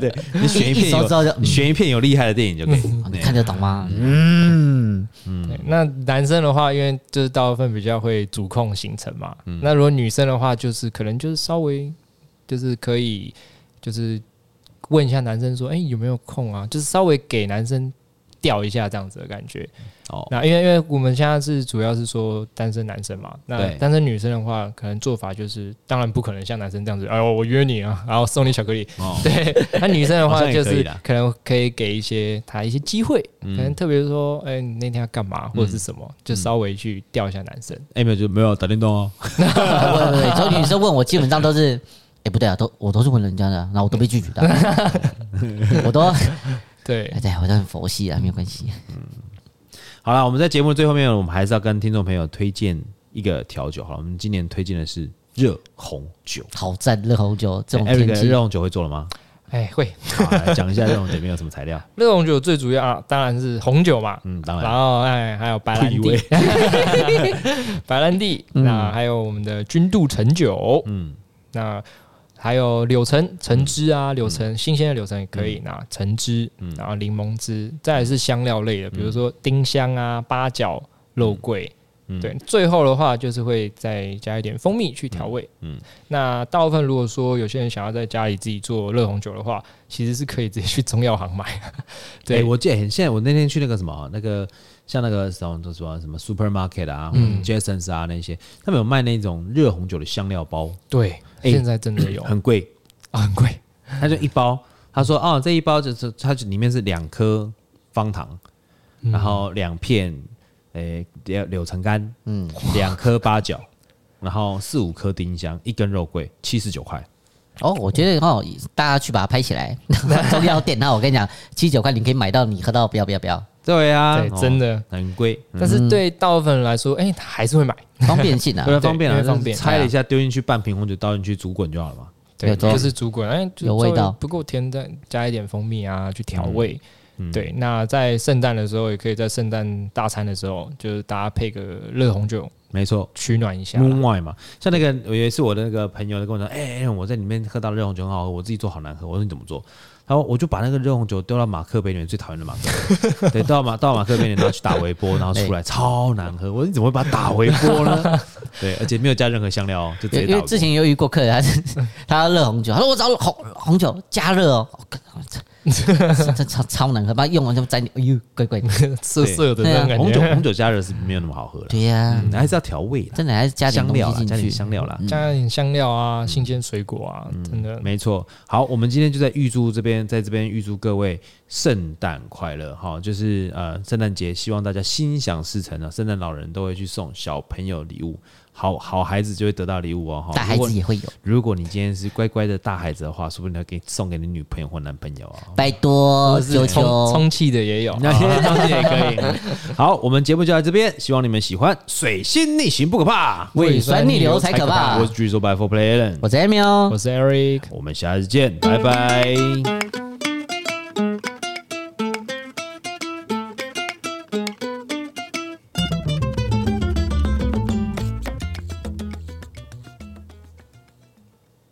对 你选一一片手有指头就嗯选一片有厉害的电影就可以。 哦你对看得懂吗？嗯，对那男生的话，因为就是大部分比较会主控行程嘛。嗯那如果女生的话，就是可能就是稍微就是可以就是问一下男生说，哎、有没有空啊？就是稍微给男生吊一下这样子的感觉。哦，那因为因为我们现在是主要是说单身男生嘛，那对单身女生的话，可能做法就是，当然不可能像男生这样子，哎呦我约你啊，然后送你巧克力。哦，对，那女生的好话像也就可以是啦嗯可能可以给一些她一些机会，可能特别说，哎、你那天要干嘛或者是什么，就稍微去吊一下男生。哎，没有就没有打电动哦，啊不不不，所以女生问我，基本上都是，哎、不对啊，都我都是问人家的，然后我都被拒绝的，啊我都，对哎，对我都很佛系啊，没有关系。好了，我们在节目的最后面，我们还是要跟听众朋友推荐一个调酒。好了，我们今年推荐的是热红酒。好赞，热红酒这种哎天 Eric，气热，红酒会做了吗？哎、会好来讲一下热红酒里面有什么 材料。热红酒最主要啊，当然是红酒嘛，嗯，当然然，后哎，还有白兰不以地， 白兰地，那还有我们的君度橙酒，嗯，那还有柳橙橙汁啊，柳嗯橙新鲜的柳橙也可以，那橙汁，然后柠檬汁，再来是香料类的，比如说丁香啊、八角、肉桂。嗯对，最后的话就是会再加一点蜂蜜去调味。嗯嗯嗯，那大部分如果说有些人想要在家里自己做热红酒的话，其实是可以直接去中药行买。 对，哎我记得很现在我那天去那个什么那个像那个什么什么什么 supermarket 啊，嗯，Jasons 啊那些，他们有卖那种热红酒的香料包，对，哎现在真的有很贵，啊很贵。他就一包，他说哦这一包就是它里面是两颗方糖，然后两片诶柳柳橙干，嗯，两颗八角，然后四五颗丁香，一根肉桂，七十九块。哦，我觉得哦，大家去把它拍起来，中药店，那我跟你讲，七九块你可以买到，你喝到不要不要不要，对啊，对哦嗯真的很贵，但是对大部分人来说，哎、他还是会买。方便性啊对，啊，方便因啊，为方便拆了一下丢进去半瓶红酒倒进去煮滚就好了嘛。没对，错就是主管，哎、就有味道不够甜，再加一点蜂蜜啊，去调味。嗯对，那在圣诞的时候，也可以在圣诞大餐的时候，就是大家配个热红酒没错，取暖一下啦。 moon wine 嘛，像那个有一次我的那个朋友就跟我说，哎、哎我在里面喝到热红酒很好喝，我自己做好难喝。我说你怎么做？他说我就把那个热红酒丢到马克杯里面，最讨厌的马克杯，对，倒到马倒到马克杯里面，然后去打微波，然后出来超难喝。我说你怎么会把它打微波呢？ 对，而且没有加任何香料哦，就直接因打微为波。之前有遇过客人，他是他要热红酒，他说我找红红酒加热哦，哦干这这超超难喝，把它用完就沾，哎呦，怪怪的。 涩涩的对那种对感嗯红觉。酒红酒加热是没有那么好喝了，对呀、嗯还是要调味啦，真的还是加点香东料啦，加西进点去。香料啦。加一点香料啊，新鲜水果啊，真的没错，好，我们今天就在预祝这边，在这边预祝各位圣诞快乐哈，就是呃圣诞节，希望大家心想事成啊，圣诞老人都会去送小朋友礼物，好好孩子就会得到礼物哦哈。大孩如果子也会有，如果你今天是乖乖的大孩子的话，说不定他给送给你女朋友或男朋友啊。拜托求充求，充气的也有。 啊那些东西也可以。好，我们节目就到这边，希望你们喜欢。水星逆行不可怕，胃酸逆流才可怕哦我。是巨兽 by Four Play Allen，我是 Emil，我是 Eric，我们下次见，拜拜。